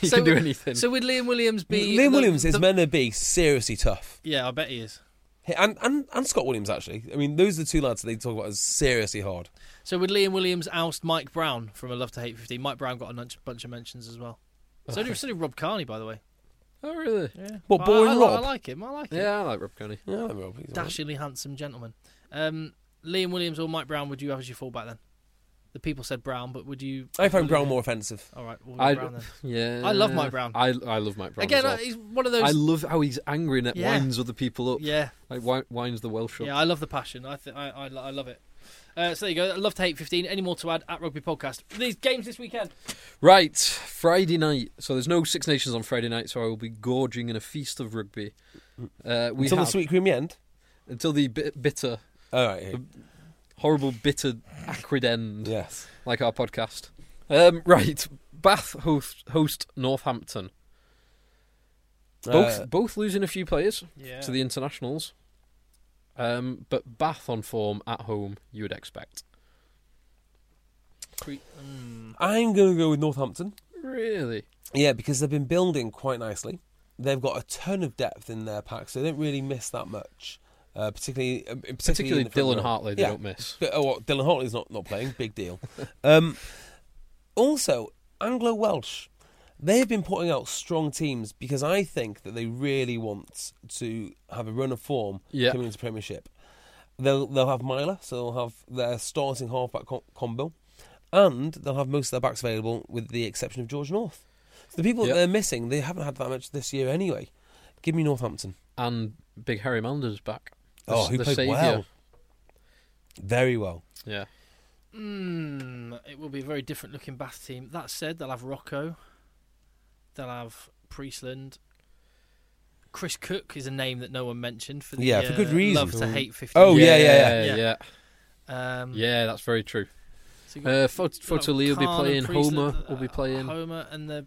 Speaker 3: you
Speaker 1: So
Speaker 3: can do
Speaker 1: would-
Speaker 3: anything.
Speaker 1: So would Liam Williams be
Speaker 2: Liam
Speaker 1: the-
Speaker 2: Williams is
Speaker 1: the-
Speaker 2: meant to be seriously tough.
Speaker 1: Yeah, I bet he is.
Speaker 2: Hey, And, and and Scott Williams actually. I mean, those are the two lads that they talk about as seriously hard.
Speaker 1: So would Liam Williams oust Mike Brown from a Love to Hate 15? Mike Brown got a nunch- bunch of mentions as well. So did, so did Rob Carney, by the way.
Speaker 3: oh, really?
Speaker 1: Yeah.
Speaker 2: What,
Speaker 1: But I-
Speaker 2: boring
Speaker 1: I, I,
Speaker 2: Rob?
Speaker 1: like him. I like him.
Speaker 3: Yeah, I like Rob Connie.
Speaker 2: Yeah, I don't know, he's all right.
Speaker 1: Dashingly handsome gentleman. Um, Liam Williams or Mike Brown, would you have as your fullback then? The people said Brown, but would you?
Speaker 2: I find Brown more offensive.
Speaker 1: All right, we'll go
Speaker 3: I,
Speaker 1: Brown then.
Speaker 3: yeah.
Speaker 1: I love Mike Brown.
Speaker 3: I, I love Mike Brown.
Speaker 1: Again,
Speaker 3: as well.
Speaker 1: I, he's one of
Speaker 3: I
Speaker 1: those.
Speaker 3: love how he's angry and it
Speaker 1: Yeah.
Speaker 3: winds other people up.
Speaker 1: yeah,
Speaker 3: Like wi- winds the Welsh up.
Speaker 1: yeah, I love the passion. I th- I, I, lo- I love it. Uh, so there you go. Love to hate 15. Any more to add at Rugby Podcast? These games this weekend.
Speaker 3: Right, Friday night. So there's no Six Nations on Friday night, so I will be gorging in a feast of rugby.
Speaker 1: Mm.
Speaker 3: Uh, we
Speaker 2: Until
Speaker 3: have,
Speaker 2: the sweet creamy end.
Speaker 3: until the bit, bitter,
Speaker 2: All right. here.
Speaker 3: horrible, bitter, acrid end,
Speaker 2: Yes.
Speaker 3: like our podcast. Um, right, Bath host, host Northampton. Both
Speaker 2: Uh,
Speaker 3: both losing a few players
Speaker 1: Yeah.
Speaker 3: to the internationals, um, but Bath on form at home. You would expect.
Speaker 2: I'm going to go with Northampton.
Speaker 3: Really,
Speaker 2: Yeah, because they've been building quite nicely. They've got a ton of depth in their pack, so they don't really miss that much. Uh, particularly, um, particularly,
Speaker 3: particularly
Speaker 2: in the front
Speaker 3: Dylan
Speaker 2: row.
Speaker 3: Hartley, they
Speaker 2: Yeah.
Speaker 3: don't miss.
Speaker 2: But, oh, well, Dylan Hartley's not, not playing. Big deal. um, also, Anglo Welsh, they've been putting out strong teams because I think that they really want to have a run of form
Speaker 3: Yeah.
Speaker 2: coming into Premiership. They'll they'll have Myler, so they'll have their starting halfback com- combo, and they'll have most of their backs available with the exception of George North. So the people
Speaker 3: Yeah.
Speaker 2: that they're missing, they haven't had that much this year anyway. Give me Northampton.
Speaker 3: And Big Harry Manders back. The-
Speaker 2: Oh, who
Speaker 3: the
Speaker 2: played
Speaker 3: saviour.
Speaker 2: well, very well.
Speaker 3: Yeah.
Speaker 1: Mm, it will be a very different looking Bath team. That said, they'll have Rocco. They'll have Priestland. Chris Cook is a name that no one mentioned for the
Speaker 2: Yeah, for
Speaker 1: uh,
Speaker 2: good reason.
Speaker 1: Love to hate 50.
Speaker 2: Oh, yeah, yeah,
Speaker 3: yeah,
Speaker 1: yeah.
Speaker 3: yeah.
Speaker 1: Um,
Speaker 3: Yeah, that's very true.
Speaker 1: so you've got,
Speaker 3: Uh, Fo- Fotoli will be
Speaker 1: Khan and
Speaker 3: playing.
Speaker 1: Priestland,
Speaker 3: Homer
Speaker 1: uh,
Speaker 3: will be playing.
Speaker 1: Homer and the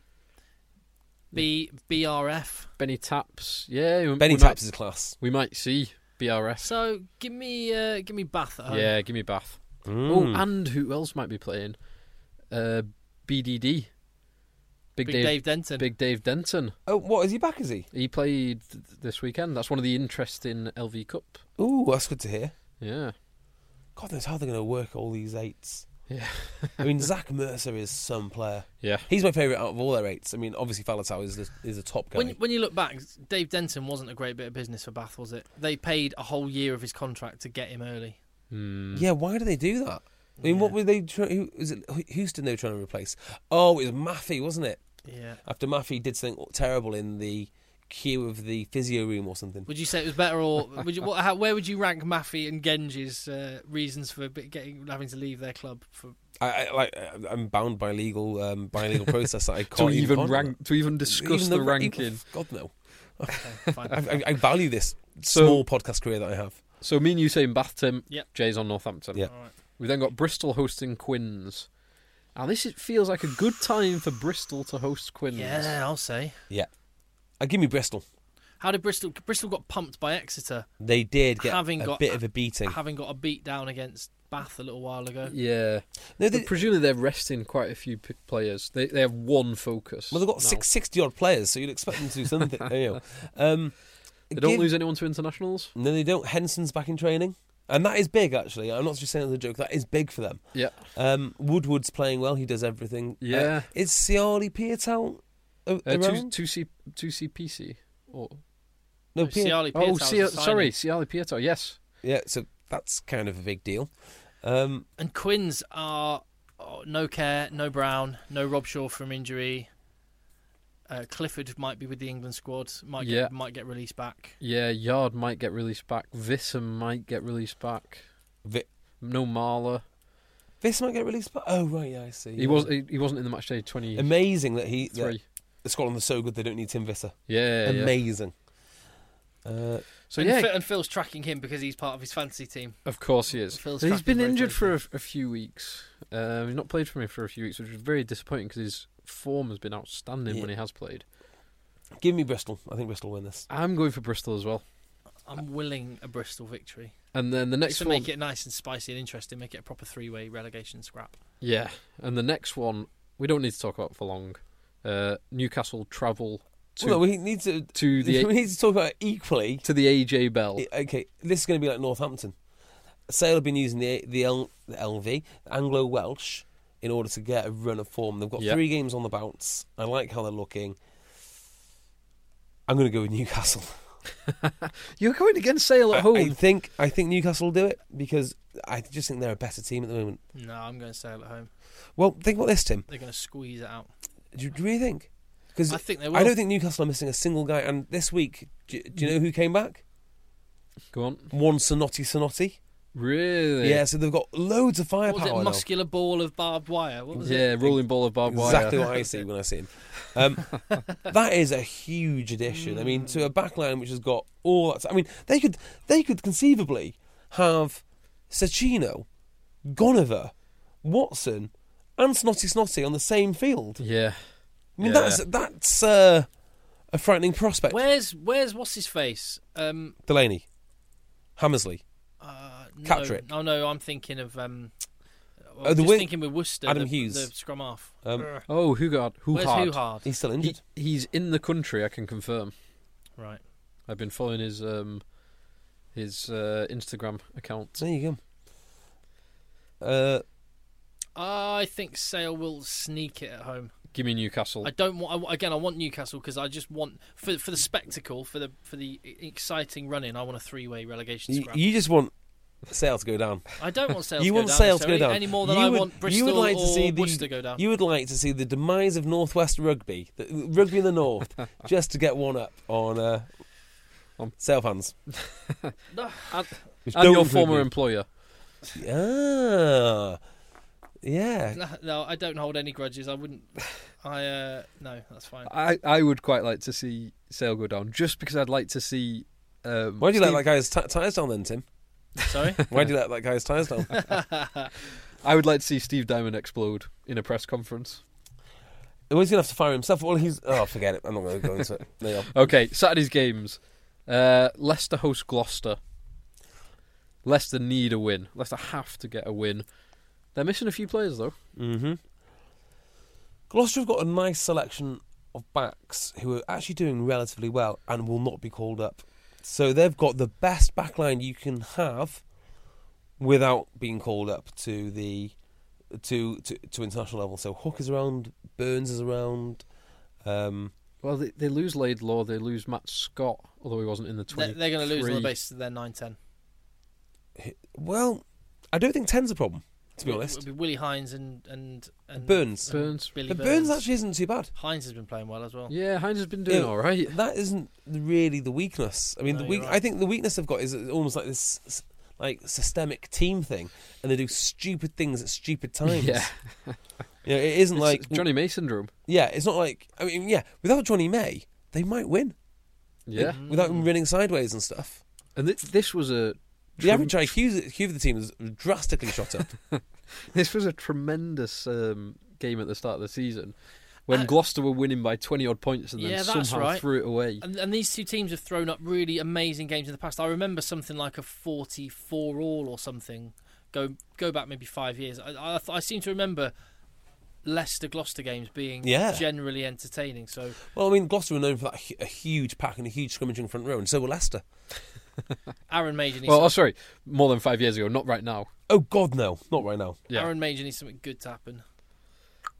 Speaker 1: B BRF.
Speaker 3: Benny Taps. Yeah, we-
Speaker 2: Benny
Speaker 3: we might-
Speaker 2: Taps is class.
Speaker 3: we might see BRS.
Speaker 1: So give me uh, give me Bath at home.
Speaker 3: Yeah, give me Bath.
Speaker 2: Mm. Hmm.
Speaker 3: Oh, and who else might be playing? Uh, BDD. Big,
Speaker 1: Big
Speaker 3: Dave.
Speaker 1: Dave, Denton.
Speaker 3: Big Dave Denton.
Speaker 2: Oh, what is he back? Is he?
Speaker 3: He played th- this weekend. That's one of the interesting LV Cup.
Speaker 2: Ooh, that's good to hear.
Speaker 3: Yeah.
Speaker 2: God knows how they're going to work all these eights.
Speaker 3: Yeah.
Speaker 2: I mean, Zach Mercer is some player.
Speaker 3: Yeah.
Speaker 2: He's my favourite out of all their eights. I mean, obviously Falatau is the, is a top guy.
Speaker 1: When, when you look back, Dave Denton wasn't a great bit of business for Bath, was it? They paid a whole year of his contract to get him early.
Speaker 3: Hmm.
Speaker 2: yeah, why do they do that? I mean, what were they? Try- who is it? H- Houston they were trying to replace. Oh, it was Maffey, wasn't it?
Speaker 1: Yeah.
Speaker 2: After Maffey did something terrible in the queue of the physio room or something.
Speaker 1: Would you say it was better, or would you, what, how, where would you rank Maffey and Genji's uh, reasons for bit- getting having to leave their club? For
Speaker 2: I, I like I'm bound by legal um, by legal process. that I can't
Speaker 3: To even
Speaker 2: ponder.
Speaker 3: rank, to even discuss
Speaker 2: Even
Speaker 3: the,
Speaker 2: ra- even-
Speaker 3: ranking.
Speaker 2: God no,
Speaker 1: okay,
Speaker 2: I,
Speaker 1: fine.
Speaker 2: I, I value this
Speaker 3: So-
Speaker 2: small podcast career that I have.
Speaker 3: So me and you saying Bath, Tim.
Speaker 1: Yep.
Speaker 3: Jay's on Northampton.
Speaker 2: Yeah.
Speaker 3: We then got Bristol hosting Quins. Now this is, feels like a good time for Bristol to host Quins.
Speaker 1: yeah, I'll say.
Speaker 2: Yeah. Uh, give me Bristol.
Speaker 1: How did Bristol? Bristol got pumped by Exeter,
Speaker 2: They did get
Speaker 1: Having
Speaker 2: a
Speaker 1: got-
Speaker 2: bit of a beating.
Speaker 1: having got a beat down against Bath a little while ago.
Speaker 3: Yeah.
Speaker 2: No,
Speaker 3: But
Speaker 2: they,
Speaker 3: presumably they're resting quite a few p- players. They they have one focus.
Speaker 2: well, they've got
Speaker 3: now.
Speaker 2: six sixty odd players, so you'd expect them to do something. anyway. um,
Speaker 3: They don't
Speaker 2: give-
Speaker 3: lose anyone to internationals.
Speaker 2: No, they don't. Henson's back in training, and that is big. Actually, I'm not just saying that as a joke. That is big for them.
Speaker 3: Yeah.
Speaker 2: Um, Woodward's playing well. He does everything.
Speaker 3: Yeah.
Speaker 2: Uh, is Ciali Piatow a-
Speaker 3: Uh, two
Speaker 2: around?
Speaker 3: two C two CPC or
Speaker 2: no, P-
Speaker 1: Ciali
Speaker 3: oh
Speaker 1: Pietau's
Speaker 3: C-
Speaker 1: a
Speaker 3: sorry
Speaker 1: signing.
Speaker 3: Ciali Pietro yes
Speaker 2: yeah, so that's kind of a big deal. Um,
Speaker 1: And Quinns are oh, no care, no Brown, no Robshaw from injury. Uh, Clifford might be with the England squad. Might get,
Speaker 3: Yeah.
Speaker 1: might get released back.
Speaker 3: yeah Yard might get released back Vissam might get released back
Speaker 2: Vi-
Speaker 3: no Marla
Speaker 2: this might get released, but oh right, yeah, I see.
Speaker 3: he was he, he wasn't in the match day twenty three
Speaker 2: amazing that he that Scotland are so good they don't need Tim Visser.
Speaker 3: yeah yeah.
Speaker 2: amazing. Uh,
Speaker 3: so
Speaker 1: and,
Speaker 3: yeah
Speaker 1: Phil, and Phil's tracking him because he's part of his fancy team.
Speaker 3: Of course he is.
Speaker 1: Phil's
Speaker 3: he's
Speaker 1: tracking
Speaker 3: been
Speaker 1: very
Speaker 3: injured for a, a few weeks. Um, he's not played for me for a few weeks, which is very disappointing because his form has been outstanding
Speaker 2: Yeah.
Speaker 3: when he has played.
Speaker 2: give me Bristol. I think Bristol win this.
Speaker 3: I'm going for Bristol as well.
Speaker 1: I'm willing a Bristol victory.
Speaker 3: And then the next
Speaker 1: Just to
Speaker 3: one,
Speaker 1: make it nice and spicy and interesting, make it a proper three way relegation scrap.
Speaker 3: yeah, and the next one we don't need to talk about for long. Uh, Newcastle travel to
Speaker 2: Well, no, we need to
Speaker 3: to the Oh.
Speaker 2: we need to talk about it equally.
Speaker 3: to the AJ Bell.
Speaker 2: I- Okay, this is going to be like Northampton. Sale have been using the the, L, the LV Anglo Welsh in order to get a run of form. They've got
Speaker 3: Yeah.
Speaker 2: three games on the bounce. I like how they're looking. I'm going to go with Newcastle.
Speaker 3: You're going against Sale
Speaker 2: I,
Speaker 3: at home.
Speaker 2: Uh, I think I think Newcastle will do it because I just think they're a better team at the moment.
Speaker 1: No, I'm going to sail at home.
Speaker 2: Well, think about this, Tim.
Speaker 1: They're going to squeeze it out.
Speaker 2: Do you, do you really think? Because
Speaker 1: I think they will.
Speaker 2: I don't think Newcastle are missing a single guy. And this week, do, do you know who came back?
Speaker 3: Go on,
Speaker 2: One Sonotti Sonotti.
Speaker 3: really?
Speaker 2: Yeah, so they've got loads of
Speaker 1: What was
Speaker 2: firepower.
Speaker 1: it?
Speaker 2: now.
Speaker 1: Muscular ball of barbed wire. What was it?
Speaker 3: yeah. Rolling ball of barbed wire.
Speaker 2: Exactly what I see when I see him. Um, that is a huge addition. I mean, to a backline which has got all that. I mean, they could they could conceivably have Sacchino, Gonover, Watson, and Snotty Snotty on the same field.
Speaker 3: Yeah.
Speaker 2: I mean,
Speaker 3: Yeah.
Speaker 2: that's that's uh, a frightening prospect.
Speaker 1: Where's where's what's his face? Um,
Speaker 2: Delaney, Hammersley,
Speaker 1: Uh,
Speaker 2: Catrick.
Speaker 1: No, oh, no, I'm thinking of. Um, I'm
Speaker 2: Oh, the
Speaker 1: just
Speaker 2: wing-
Speaker 1: thinking with Worcester.
Speaker 2: Adam
Speaker 1: the,
Speaker 2: Hughes.
Speaker 1: the scrum half.
Speaker 2: Um,
Speaker 1: Ugh.
Speaker 3: Oh, who got who
Speaker 1: Where's
Speaker 3: hard?
Speaker 1: Huhard?
Speaker 2: he's still
Speaker 3: He,
Speaker 2: injured.
Speaker 3: he's in the country. I can confirm.
Speaker 1: Right.
Speaker 3: I've been following his um his uh, Instagram account.
Speaker 2: there you go. Uh,
Speaker 1: I think Sale will sneak it at home.
Speaker 3: Give me Newcastle.
Speaker 1: I don't want. I, again, I want Newcastle because I just want for for the spectacle, for the for the exciting running. I want a three way relegation
Speaker 2: you,
Speaker 1: scrap.
Speaker 2: you just want Sale to go down.
Speaker 1: I don't want Sale.
Speaker 2: you
Speaker 1: to
Speaker 2: want
Speaker 1: go down,
Speaker 2: Sale to
Speaker 1: so
Speaker 2: go
Speaker 1: any-
Speaker 2: down
Speaker 1: any more than
Speaker 2: You
Speaker 1: I
Speaker 2: would-
Speaker 1: want Bristol
Speaker 2: you would like
Speaker 1: or
Speaker 2: to see the,
Speaker 1: Worcester go down.
Speaker 2: You would like to see the demise of Northwest Rugby, the, rugby in the north, just to get one up on uh,
Speaker 3: Um,
Speaker 2: Sale fans.
Speaker 1: No.
Speaker 2: which
Speaker 3: and
Speaker 2: don't
Speaker 3: your
Speaker 2: include
Speaker 3: former
Speaker 2: me.
Speaker 3: employer.
Speaker 2: ah, yeah.
Speaker 1: no, no, I don't hold any grudges. I wouldn't. I uh, no, that's fine.
Speaker 3: I, I would quite like to see Sale go down just because I'd like to see. Um,
Speaker 2: Why do you let
Speaker 3: Steve-
Speaker 2: that guy's t- tires down then, Tim?
Speaker 1: Sorry.
Speaker 2: Why do you let that guy's tires down?
Speaker 3: I would like to see Steve Diamond explode in a press conference.
Speaker 2: Well, he's gonna have to fire himself. Well, he's oh, forget it. I'm not gonna go into it. There you are.
Speaker 3: Okay, Saturday's games. Uh, Leicester host Gloucester. Leicester need a win. Leicester have to get a win. They're missing a few players though.
Speaker 2: Gloucester have got a nice selection of backs who are actually doing relatively well and will not be called up. So they've got the best backline you can have without being called up to the to to, to international level. So Hook is around, Burns is around. Um,
Speaker 3: Well, they, they lose Laidlaw. They lose Matt Scott, although he wasn't in the
Speaker 1: They're,
Speaker 3: 20
Speaker 1: they're going to lose on the basis of their nine ten.
Speaker 2: well, I don't think ten's a problem to be honest.
Speaker 1: It'll be Willie Hines and and, and
Speaker 2: Burns,
Speaker 3: Burns.
Speaker 1: Billy
Speaker 2: but Burns actually isn't too bad.
Speaker 1: Hines has been playing well as well.
Speaker 3: Yeah, Hines has been doing
Speaker 2: Yeah.
Speaker 3: all right.
Speaker 2: that isn't really the weakness. I mean, the
Speaker 1: No, you're
Speaker 2: weak.
Speaker 1: right.
Speaker 2: I think the weakness they've got is almost like this, s- like systemic team thing, and they do stupid things at stupid times.
Speaker 3: Yeah.
Speaker 2: You know, it isn't
Speaker 3: It's
Speaker 2: like
Speaker 3: Johnny May syndrome.
Speaker 2: Yeah, it's not like. I mean, yeah, without Johnny May, they might win.
Speaker 3: Yeah,
Speaker 2: Without
Speaker 1: Mm.
Speaker 2: him running sideways and stuff,
Speaker 3: and th- this was a
Speaker 2: the average IQ IQ of the team is drastically shot up.
Speaker 3: this was a tremendous um, game at the start of the season when Gloucester were winning by twenty odd points and then
Speaker 1: Uh, Yeah, that's
Speaker 3: somehow
Speaker 1: right.
Speaker 3: threw it away.
Speaker 1: And, and these two teams have thrown up really amazing games in the past. I remember something like a 44 all or something. Go go back maybe five years. I, I, I seem to remember Leicester Gloucester games being
Speaker 2: Yeah.
Speaker 1: generally entertaining. So
Speaker 2: well, I mean, Gloucester were known for that, hu- a huge pack and a huge scrimmaging front row, and so were Leicester.
Speaker 1: Aaron Major needs
Speaker 3: Well, oh,
Speaker 1: some-
Speaker 3: sorry, more than five years ago, not right now.
Speaker 2: Oh God, no, not right now.
Speaker 3: Yeah.
Speaker 1: Aaron Major needs something good to happen.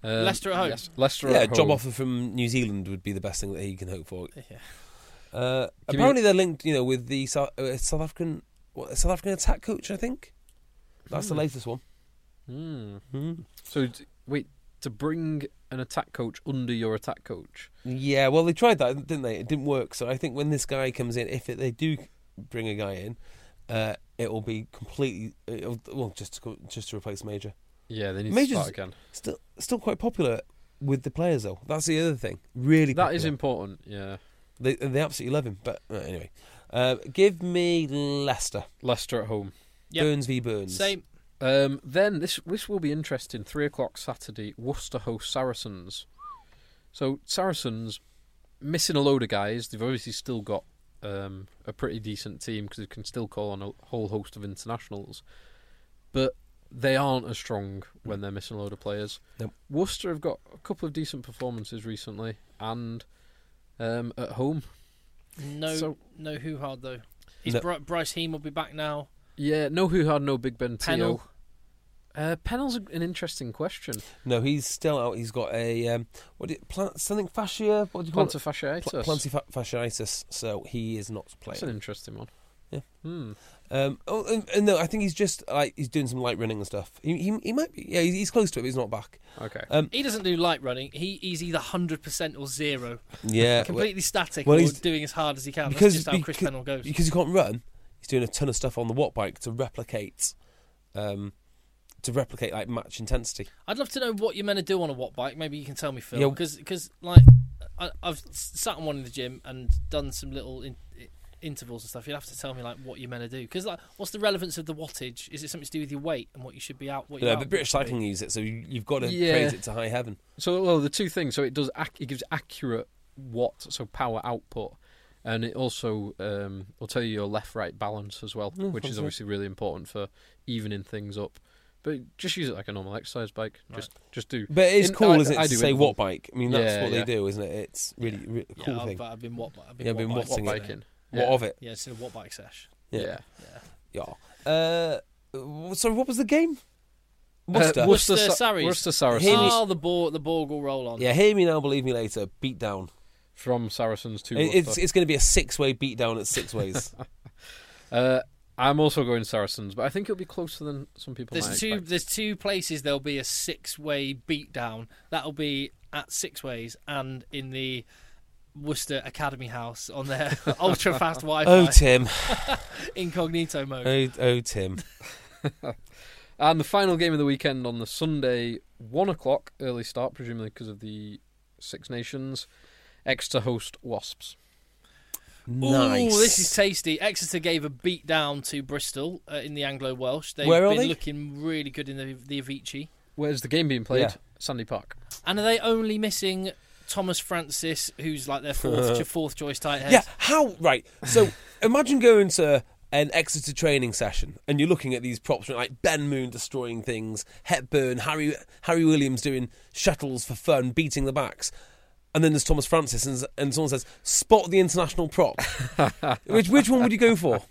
Speaker 3: Um,
Speaker 1: Leicester at home.
Speaker 3: yes, Leicester
Speaker 2: yeah,
Speaker 3: at home.
Speaker 2: job offer from New Zealand would be the best thing that he can hope for.
Speaker 1: Yeah.
Speaker 2: Uh,
Speaker 3: Give me-
Speaker 2: apparently, they're linked, you know, with the South, uh, South African what, South African attack coach. I think that's the latest one.
Speaker 3: Hmm. So d- wait to bring an attack coach under your attack coach.
Speaker 2: Yeah, well, they tried that, didn't they? It didn't work. So I think when this guy comes in, if they do bring a guy in, uh, it will be completely uh, it'll, well just to, co- just to replace Major.
Speaker 3: Yeah, they need
Speaker 2: Major's-
Speaker 3: to start again.
Speaker 2: Still, still quite popular with the players though. That's the other thing. Really,
Speaker 3: That is
Speaker 2: popular.
Speaker 3: important. Yeah,
Speaker 2: They they absolutely love him. But uh, anyway, uh, give me Leicester.
Speaker 3: Leicester at home.
Speaker 1: Yep.
Speaker 2: Burns v Burns.
Speaker 1: Same.
Speaker 3: Um, then this this will be interesting. Three o'clock Saturday, Worcester host Saracens. So Saracens missing a load of guys. They've obviously still got um, a pretty decent team because they can still call on a whole host of internationals, but they aren't as strong when they're missing a load of players.
Speaker 2: Nope.
Speaker 3: Worcester have got a couple of decent performances recently, and um, at home,
Speaker 1: No,
Speaker 3: So-
Speaker 1: no who hard though. He's
Speaker 2: No.
Speaker 1: Bri- Bryce Heem will be back now.
Speaker 3: yeah, no who had no Big Ben
Speaker 1: Pennell.
Speaker 3: Teo. Uh, Pennell's an interesting question.
Speaker 2: No, he's still out. He's got a um, what do you, plant, something fascia. What do you call
Speaker 3: Plantar
Speaker 2: it? Pl-
Speaker 3: fasciitis.
Speaker 2: plantar fa- fasciitis. So he is not
Speaker 3: That's an
Speaker 2: playing.
Speaker 3: interesting one.
Speaker 2: Yeah.
Speaker 3: Hmm.
Speaker 2: Um, oh, and, and no, I think he's just like he's doing some light running and stuff. He he, he might be. Yeah, he's, he's close to it. but He's not back.
Speaker 3: Okay.
Speaker 2: Um,
Speaker 1: He doesn't do light running. He, he's either hundred percent or zero,
Speaker 2: yeah, Uh, well,
Speaker 1: completely static,
Speaker 2: well,
Speaker 1: or
Speaker 2: he's-
Speaker 1: doing as hard as he can.
Speaker 2: because
Speaker 1: That's just how Chris
Speaker 2: because,
Speaker 1: Pennell goes.
Speaker 2: because he can't run. He's doing a ton of stuff on the watt bike to replicate, um, to replicate like match intensity.
Speaker 1: I'd love to know what you're meant to do on a watt bike. Maybe you can tell me, Phil,
Speaker 2: Yeah.
Speaker 1: because like I, I've s- sat on one in the gym and done some little in, i- intervals and stuff. You'll have to tell me like what you're meant to do because like what's the relevance of the wattage? Is it something to do with your weight and what you should be out? What
Speaker 2: You
Speaker 1: you're
Speaker 2: know,
Speaker 1: out
Speaker 2: but British
Speaker 1: should be?
Speaker 2: cycling use it, so you, you've got to
Speaker 3: Yeah.
Speaker 2: praise it to high heaven.
Speaker 3: So well, the two things. So it does. Ac- it gives accurate watt, so power output, and it also um, will tell you your left-right balance as well, which is
Speaker 2: fantastic.
Speaker 3: obviously really important for evening things up. But just use it like a normal exercise bike. Just just do.
Speaker 2: But it's
Speaker 3: In-
Speaker 2: cool,
Speaker 3: I-
Speaker 2: isn't it?
Speaker 3: I
Speaker 2: to
Speaker 3: do
Speaker 2: say
Speaker 3: in-
Speaker 2: watt bike. I mean, that's
Speaker 3: Yeah,
Speaker 2: what
Speaker 3: yeah.
Speaker 2: they do, isn't it? It's really, really cool
Speaker 1: yeah,
Speaker 2: thing.
Speaker 1: I've, I've been watt. I've been
Speaker 2: Yeah, I've been
Speaker 1: watt bike.
Speaker 2: watting it.
Speaker 3: Watt biking.
Speaker 2: What
Speaker 3: Yeah.
Speaker 2: of it?
Speaker 1: Yeah, it's a watt bike sesh.
Speaker 3: Yeah.
Speaker 2: Yeah. Yeah. Uh, w- sorry, what was the game? Worcester.
Speaker 3: Uh, Worcester,
Speaker 1: Worcester
Speaker 3: Sa-
Speaker 1: Saris.
Speaker 3: Worcester
Speaker 2: Hey,
Speaker 3: Saracens
Speaker 2: me-
Speaker 1: Oh, the ball, the ball will roll on.
Speaker 2: yeah, hear me now, believe me later. Beat down.
Speaker 3: from Saracens to
Speaker 2: It- It's
Speaker 3: Worcester.
Speaker 2: it's going to be a six way beat down at six ways.
Speaker 3: Uh, I'm also going Saracens, but I think it'll be closer than some people
Speaker 1: There's
Speaker 3: might
Speaker 1: two.
Speaker 3: expect.
Speaker 1: There's two places there'll be a six-way beatdown. That'll be at Six Ways and in the Worcester Academy House on their ultra fast Wi-Fi
Speaker 2: oh Tim,
Speaker 1: incognito mode.
Speaker 2: oh, oh Tim.
Speaker 3: And the final game of the weekend on the Sunday, one o'clock early start, presumably because of the Six Nations. Exeter host Wasps.
Speaker 2: Oh, Nice.
Speaker 1: Ooh, this is tasty. Exeter gave a beat down to Bristol uh, in the Anglo Welsh. They've
Speaker 2: Where are
Speaker 1: been
Speaker 2: they?
Speaker 1: looking really good in the, the Avicii.
Speaker 3: Where's the game being played?
Speaker 2: Yeah.
Speaker 3: Sandy Park.
Speaker 1: And are they only missing Thomas Francis, who's like their fourth, fourth choice tight head?
Speaker 2: yeah. How right? So imagine going to an Exeter training session and you're looking at these props like Ben Moon destroying things, Hepburn, Harry Harry Williams doing shuttles for fun, beating the backs. And then there's Thomas Francis, and, and someone says, "Spot the international prop." which which one would you go for?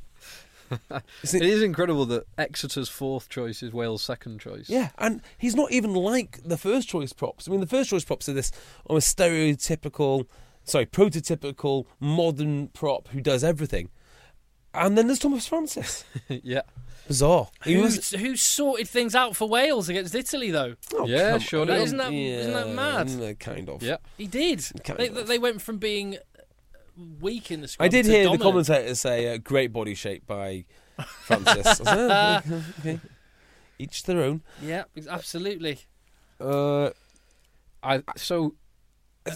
Speaker 3: It is incredible that Exeter's fourth choice is Wales' second choice.
Speaker 2: Yeah, and he's not even like the first choice props. I mean, the first choice props are this almost stereotypical, sorry, prototypical modern prop who does everything. And then there's Thomas Francis.
Speaker 3: yeah.
Speaker 2: Bizarre. He
Speaker 1: Who,
Speaker 2: was-
Speaker 1: who sorted things out for Wales against Italy, though?
Speaker 2: oh,
Speaker 3: Yeah,
Speaker 2: come
Speaker 3: sure
Speaker 2: on.
Speaker 3: did.
Speaker 1: Isn't that- isn't that mad?
Speaker 2: mm, Kind of.
Speaker 3: Yeah.
Speaker 1: He did.
Speaker 2: Kind
Speaker 1: They,
Speaker 2: of.
Speaker 1: they went from being weak in the squad.
Speaker 2: I did
Speaker 1: to
Speaker 2: hear
Speaker 1: dominant.
Speaker 2: the commentators say, uh, "Great body shape by Francis." I was like, "Oh, okay, okay. Each their own.
Speaker 1: Yeah, absolutely.
Speaker 2: Uh,
Speaker 3: I, so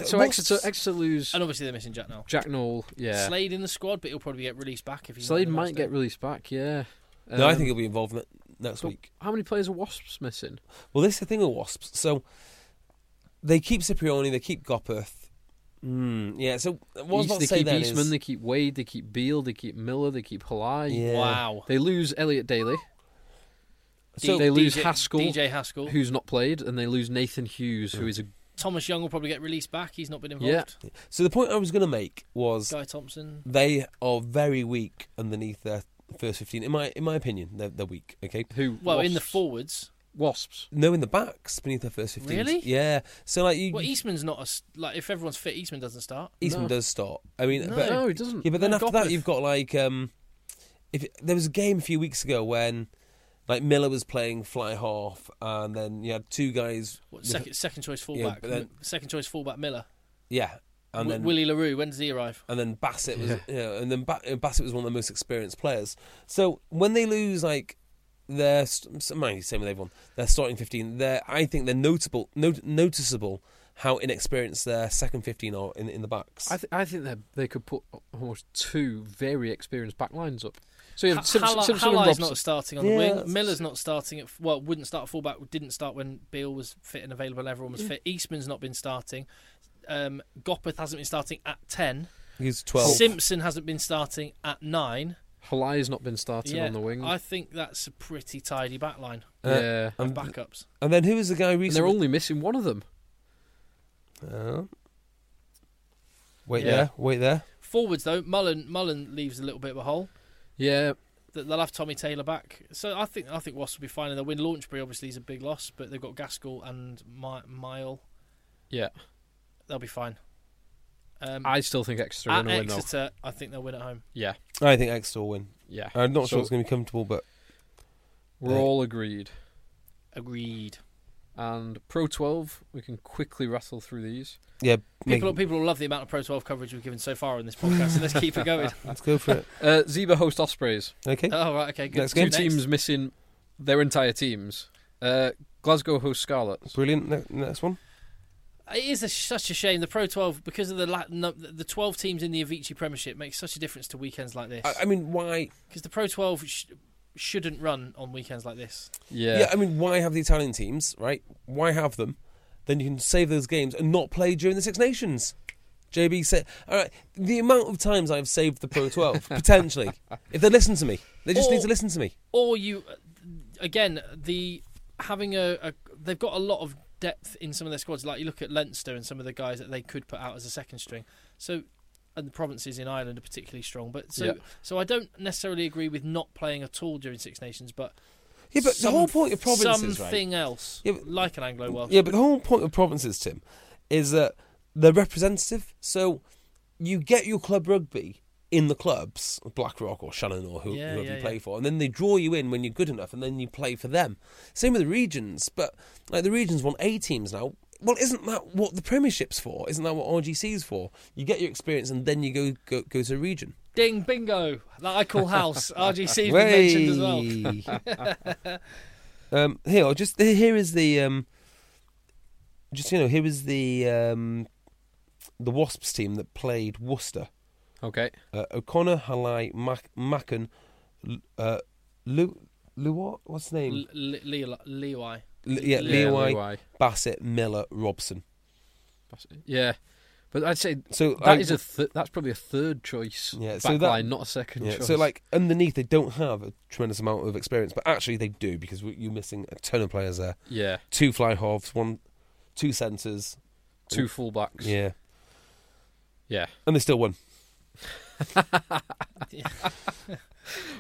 Speaker 3: so
Speaker 2: what's-
Speaker 3: Exeter, Exeter lose
Speaker 1: And obviously they're missing Jack now.
Speaker 3: Jack Knoll. Yeah. Slade,
Speaker 1: Slade in the squad, but he'll probably get released back if he.
Speaker 3: might get released back. Yeah.
Speaker 2: no, I
Speaker 3: Um,
Speaker 2: think he'll be involved in it next
Speaker 3: but
Speaker 2: week.
Speaker 3: How many players are Wasps missing?
Speaker 2: Well, this is the thing with Wasps. So they keep Cipriani, they keep Gopeth. Mm, yeah, so what I was
Speaker 3: East-
Speaker 2: about
Speaker 3: they
Speaker 2: to say
Speaker 3: keep
Speaker 2: then
Speaker 3: Eastman,
Speaker 2: is...
Speaker 3: they keep Wade, they keep Beale, they keep Miller, they keep Halai.
Speaker 2: Yeah.
Speaker 1: Wow.
Speaker 3: They lose Elliot Daly.
Speaker 2: So-
Speaker 3: they lose
Speaker 1: DJ
Speaker 3: Haskell,
Speaker 1: DJ Haskell.
Speaker 3: who's not played, and they lose Nathan Hughes, who is a
Speaker 1: Thomas Young will probably get released back. He's not been involved.
Speaker 2: So the point I was going to make was
Speaker 1: Guy Thompson.
Speaker 2: they are very weak underneath their first 15. In my in my opinion, they're, they're weak, okay?
Speaker 3: who
Speaker 1: Well, in the
Speaker 3: Wasps-
Speaker 1: forwards,
Speaker 3: Wasps.
Speaker 2: No, in the backs beneath their first 15.
Speaker 1: Really?
Speaker 2: Yeah. So like you,
Speaker 1: Well, Eastman's not a s like if everyone's fit, Eastman doesn't start.
Speaker 2: Eastman
Speaker 3: No.
Speaker 2: does start. I mean,
Speaker 1: No.
Speaker 2: but,
Speaker 3: No, he doesn't.
Speaker 2: Yeah, but then
Speaker 1: No,
Speaker 2: after
Speaker 1: Goppeth.
Speaker 2: that, you've got like um, if there was a game a few weeks ago when like Miller was playing fly half, and then you had two guys.
Speaker 1: What,
Speaker 2: with-
Speaker 1: second second choice
Speaker 2: Yeah,
Speaker 1: fullback,
Speaker 2: but then-
Speaker 1: second choice fullback Miller,
Speaker 2: Yeah, and
Speaker 1: Wi-
Speaker 2: then
Speaker 1: Willie Larue. When does he arrive?
Speaker 2: and then Bassett was, you know, and then ba- uh, Bassett was one of the most experienced players. So when they lose, like their, st- so- mind you, same with everyone, their starting fifteen, they're I think they're notable, not- noticeable how inexperienced their second fifteen are in in the backs.
Speaker 3: I, th- I think that they could put almost two very experienced back lines up. So you have Sim-
Speaker 1: Hala-
Speaker 3: Simpson and
Speaker 1: Hala's
Speaker 3: Robson.
Speaker 1: not starting on
Speaker 2: Yeah,
Speaker 1: the wing.
Speaker 2: that's-
Speaker 1: Miller's not starting at f- well, wouldn't start at fullback. Didn't start when Beal was fit and available. Everyone was fit. Eastman's not been starting. Um, Goppeth hasn't been starting at ten.
Speaker 2: He's twelve.
Speaker 1: Simpson hasn't been starting at nine.
Speaker 3: Halai has not been starting
Speaker 1: yeah,
Speaker 3: on the wing.
Speaker 1: I think that's a pretty tidy back line
Speaker 3: yeah.
Speaker 1: of backups.
Speaker 2: and then who was the guy
Speaker 3: And they're
Speaker 2: recently?
Speaker 3: only missing one of them.
Speaker 2: Uh, wait
Speaker 1: Yeah.
Speaker 2: there, wait there.
Speaker 1: Forwards though, Mullen Mullen leaves a little bit of a hole.
Speaker 3: Yeah,
Speaker 1: Th- They'll have Tommy Taylor back, so I think I think Wasps will be fine. And they'll win. Launchbury obviously is a big loss, but they've got Gaskell and My- Mile.
Speaker 3: yeah.
Speaker 1: They'll be fine. Um,
Speaker 3: I still think Exeter are
Speaker 1: at
Speaker 3: going to win, though.
Speaker 1: Exeter, I think they'll win at home.
Speaker 3: Yeah,
Speaker 2: I think Exeter will win.
Speaker 3: yeah.
Speaker 2: I'm not
Speaker 3: So
Speaker 2: sure it's going to be comfortable, but
Speaker 3: We're
Speaker 2: Uh,
Speaker 3: all agreed.
Speaker 1: Agreed.
Speaker 3: And Pro 12, we can quickly rattle through these.
Speaker 2: yeah, make-
Speaker 1: People, people will love the amount of Pro 12 coverage we've given so far on this podcast, so let's keep it going.
Speaker 2: let's go for it.
Speaker 3: Uh, Zebra host Ospreys.
Speaker 2: Okay,
Speaker 1: Oh, right, okay, good.
Speaker 2: Next
Speaker 3: Two
Speaker 2: game.
Speaker 3: teams missing their entire teams. Uh, Glasgow host Scarlets.
Speaker 2: brilliant. Ne- next one.
Speaker 1: It is a, such a shame. The Pro 12, because of the la- no, the 12 teams in the Avicii Premiership, makes such a difference to weekends like this.
Speaker 2: I, I mean, why?
Speaker 1: Because the Pro 12 sh- shouldn't run on weekends like this.
Speaker 3: Yeah.
Speaker 2: Yeah. I mean, why have the Italian teams, right? Why have them? Then you can save those games and not play during the Six Nations. JB said, "All right, the amount of times I've saved the Pro 12 potentially, if they listen to me, they just need
Speaker 1: Or-
Speaker 2: to listen to me."
Speaker 1: Or you, again, the having a, a they've got a lot of depth in some of their squads. Like you look at Leinster and some of the guys that they could put out as a second string. So, and the provinces in Ireland are particularly strong. But so,
Speaker 3: Yeah.
Speaker 1: so I don't necessarily agree with not playing at all during Six Nations. But
Speaker 2: Yeah, but
Speaker 1: some-
Speaker 2: the whole point of provinces, right?
Speaker 1: something else,
Speaker 2: Yeah, but-
Speaker 1: like an Anglo Welsh.
Speaker 2: Yeah, but the whole point of provinces, Tim, is that they're representative. So you get your club rugby in the clubs, Blackrock or Shannon or who,
Speaker 1: Yeah,
Speaker 2: whoever
Speaker 1: yeah,
Speaker 2: you play
Speaker 1: yeah.
Speaker 2: for, and then they draw you in when you're good enough, and then you play for them. Same with the regions, but like the regions want A teams now. Well, isn't that what the Premiership's for? Isn't that what RGC's for? You get your experience, and then you go go, go to a region.
Speaker 1: Ding bingo that I call house. RGC mentioned as well.
Speaker 2: well. um, here, I'll just here is the um, just you know here is the um, the Wasps team that played Worcester.
Speaker 3: Okay.
Speaker 2: Uh, O'Connor, Halai, Mac- Macken, L- uh, Lu, Luot, what's his name?
Speaker 1: L- L- Leo- Leoi.
Speaker 2: L- yeah,
Speaker 3: Yeah,
Speaker 2: Leawai,
Speaker 3: Leawai.
Speaker 2: Bassett, Miller, Robson.
Speaker 3: That's- Yeah, but I'd say
Speaker 2: So
Speaker 3: that
Speaker 2: I-
Speaker 3: is a th- that's probably a third choice.
Speaker 2: Yeah,
Speaker 3: back
Speaker 2: so that-
Speaker 3: line, not a second
Speaker 2: Yeah,
Speaker 3: choice.
Speaker 2: so like underneath they don't have a tremendous amount of experience, but actually they do because we- you're missing a ton of players there.
Speaker 3: yeah,
Speaker 2: Two fly halves, one, two centres.
Speaker 3: two fullbacks.
Speaker 2: Yeah,
Speaker 3: yeah.
Speaker 2: and they still won.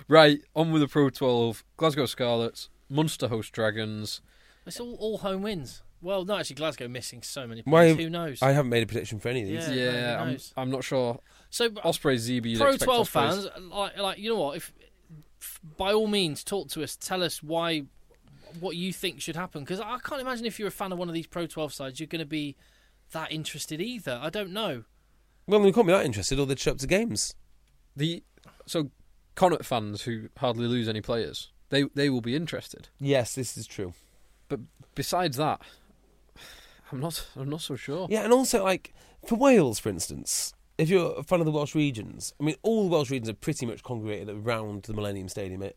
Speaker 3: Right on with the Pro 12. Glasgow Scarlets, Munster host Dragons.
Speaker 1: It's all, all home wins. Well, no, actually, Glasgow missing so many
Speaker 2: Why-
Speaker 1: players. Who knows?
Speaker 2: I haven't made a prediction for any of these.
Speaker 1: Yeah,
Speaker 3: Yeah,
Speaker 1: no, who
Speaker 3: I'm,
Speaker 1: knows?
Speaker 3: I'm not sure.
Speaker 1: so,
Speaker 3: Osprey ZB. you'd
Speaker 1: Pro
Speaker 3: expect
Speaker 1: 12
Speaker 3: Ospreys.
Speaker 1: fans, like, like you know what? If f- by all means, talk to us. Tell us why, what you think should happen. Because I can't imagine if you're a fan of one of these Pro 12 sides, you're going to be that interested either. I don't know.
Speaker 2: Well, they can't be that interested, or they'd show up to games.
Speaker 3: The so Connacht fans who hardly lose any players. They they will be interested.
Speaker 2: Yes, this is true.
Speaker 3: But besides that, I'm not I'm not so sure.
Speaker 2: Yeah, and also like for Wales, for instance, if you're a fan of the Welsh regions, I mean, all the Welsh regions are pretty much congregated around the Millennium Stadium. It,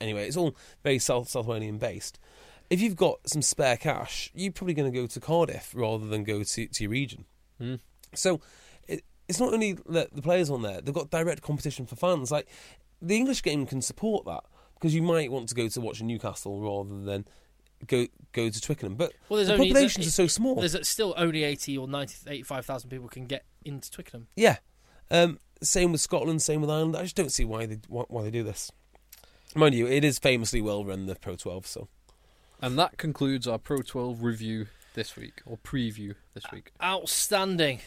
Speaker 2: anyway, it's all very South South Walian based. If you've got some spare cash, you're probably going to go to Cardiff rather than go to, to your region.
Speaker 1: Hmm.
Speaker 2: So it, it's not only that the players on there; they've got direct competition for fans. Like the English game can support that because you might want to go to watch Newcastle rather than go go to Twickenham. But
Speaker 1: Well, there's
Speaker 2: the
Speaker 1: only
Speaker 2: populations
Speaker 1: the-
Speaker 2: are so small.
Speaker 1: There's still only 80 or 90, 85,000 people can get into Twickenham.
Speaker 2: Yeah. Um, same with Scotland, same with Ireland. I just don't see why they why, why they do this. Mind you, it is famously well run the Pro 12, so
Speaker 3: And that concludes our Pro 12 review this week, or preview
Speaker 2: Uh,
Speaker 3: this week.
Speaker 1: Outstanding.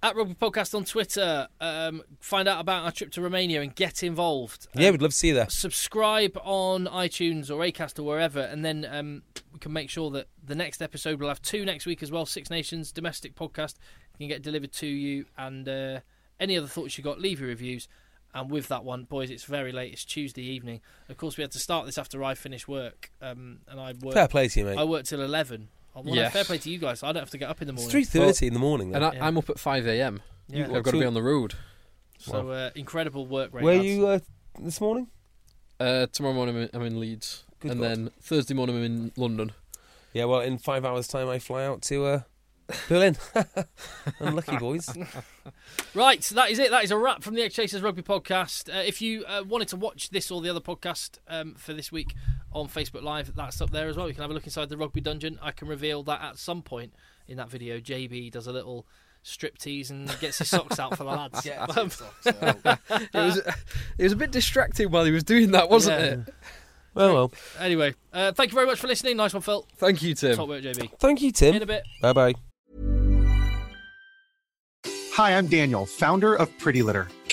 Speaker 1: At Rugby Podcast on Twitter, um, find out about our trip to Romania and get involved.
Speaker 2: Yeah, we'd love to see you there.
Speaker 1: subscribe on iTunes or Acast or wherever, and then um, we can make sure that the next episode we'll have two next week as well. Six Nations domestic podcast can get delivered to you, and uh, any other thoughts you got, leave your reviews. And with that one, boys, it's very late. It's Tuesday evening. Of course, we had to start this after I finished work, um, and I work.
Speaker 2: Fair play to you,
Speaker 1: I
Speaker 2: mate.
Speaker 1: work till eleven. I want
Speaker 3: Yes.
Speaker 1: fair play to you guys. I don't have to get up in the
Speaker 2: It's
Speaker 1: morning.
Speaker 2: three thirty in the morning.
Speaker 3: And
Speaker 2: Though.
Speaker 3: I, I'm up at 5 a.m.
Speaker 1: Yeah.
Speaker 3: I've got to be on the road.
Speaker 1: So uh, incredible work rate.
Speaker 2: Were
Speaker 1: lads.
Speaker 2: you uh, this morning?
Speaker 3: Uh, tomorrow morning I'm in, I'm in Leeds,
Speaker 2: Good
Speaker 3: and
Speaker 2: God.
Speaker 3: then Thursday morning I'm in London.
Speaker 2: Yeah, well, in five hours' time, I fly out to uh, Berlin. Unlucky boys.
Speaker 1: Right, so that is it. That is a wrap from the Egg Chasers Rugby Podcast. Uh, if you uh, wanted to watch this or the other podcast um, for this week on Facebook Live, that's up there as well. You can have a look inside the Rugby Dungeon. I can reveal that at some point in that video, JB does a little strip tease and gets his socks out for the lads. Um,
Speaker 3: It was, it was a bit distracting while he was doing that, wasn't
Speaker 1: Yeah.
Speaker 3: it?
Speaker 2: Well, well.
Speaker 1: anyway, uh, thank you very much for listening. Nice one, Phil.
Speaker 3: Thank you, Tim.
Speaker 1: Top work, JB.
Speaker 2: Thank you,
Speaker 1: In a
Speaker 2: Tim.
Speaker 1: bit.
Speaker 2: Bye bye.
Speaker 5: Hi, I'm Daniel, founder of Pretty Litter.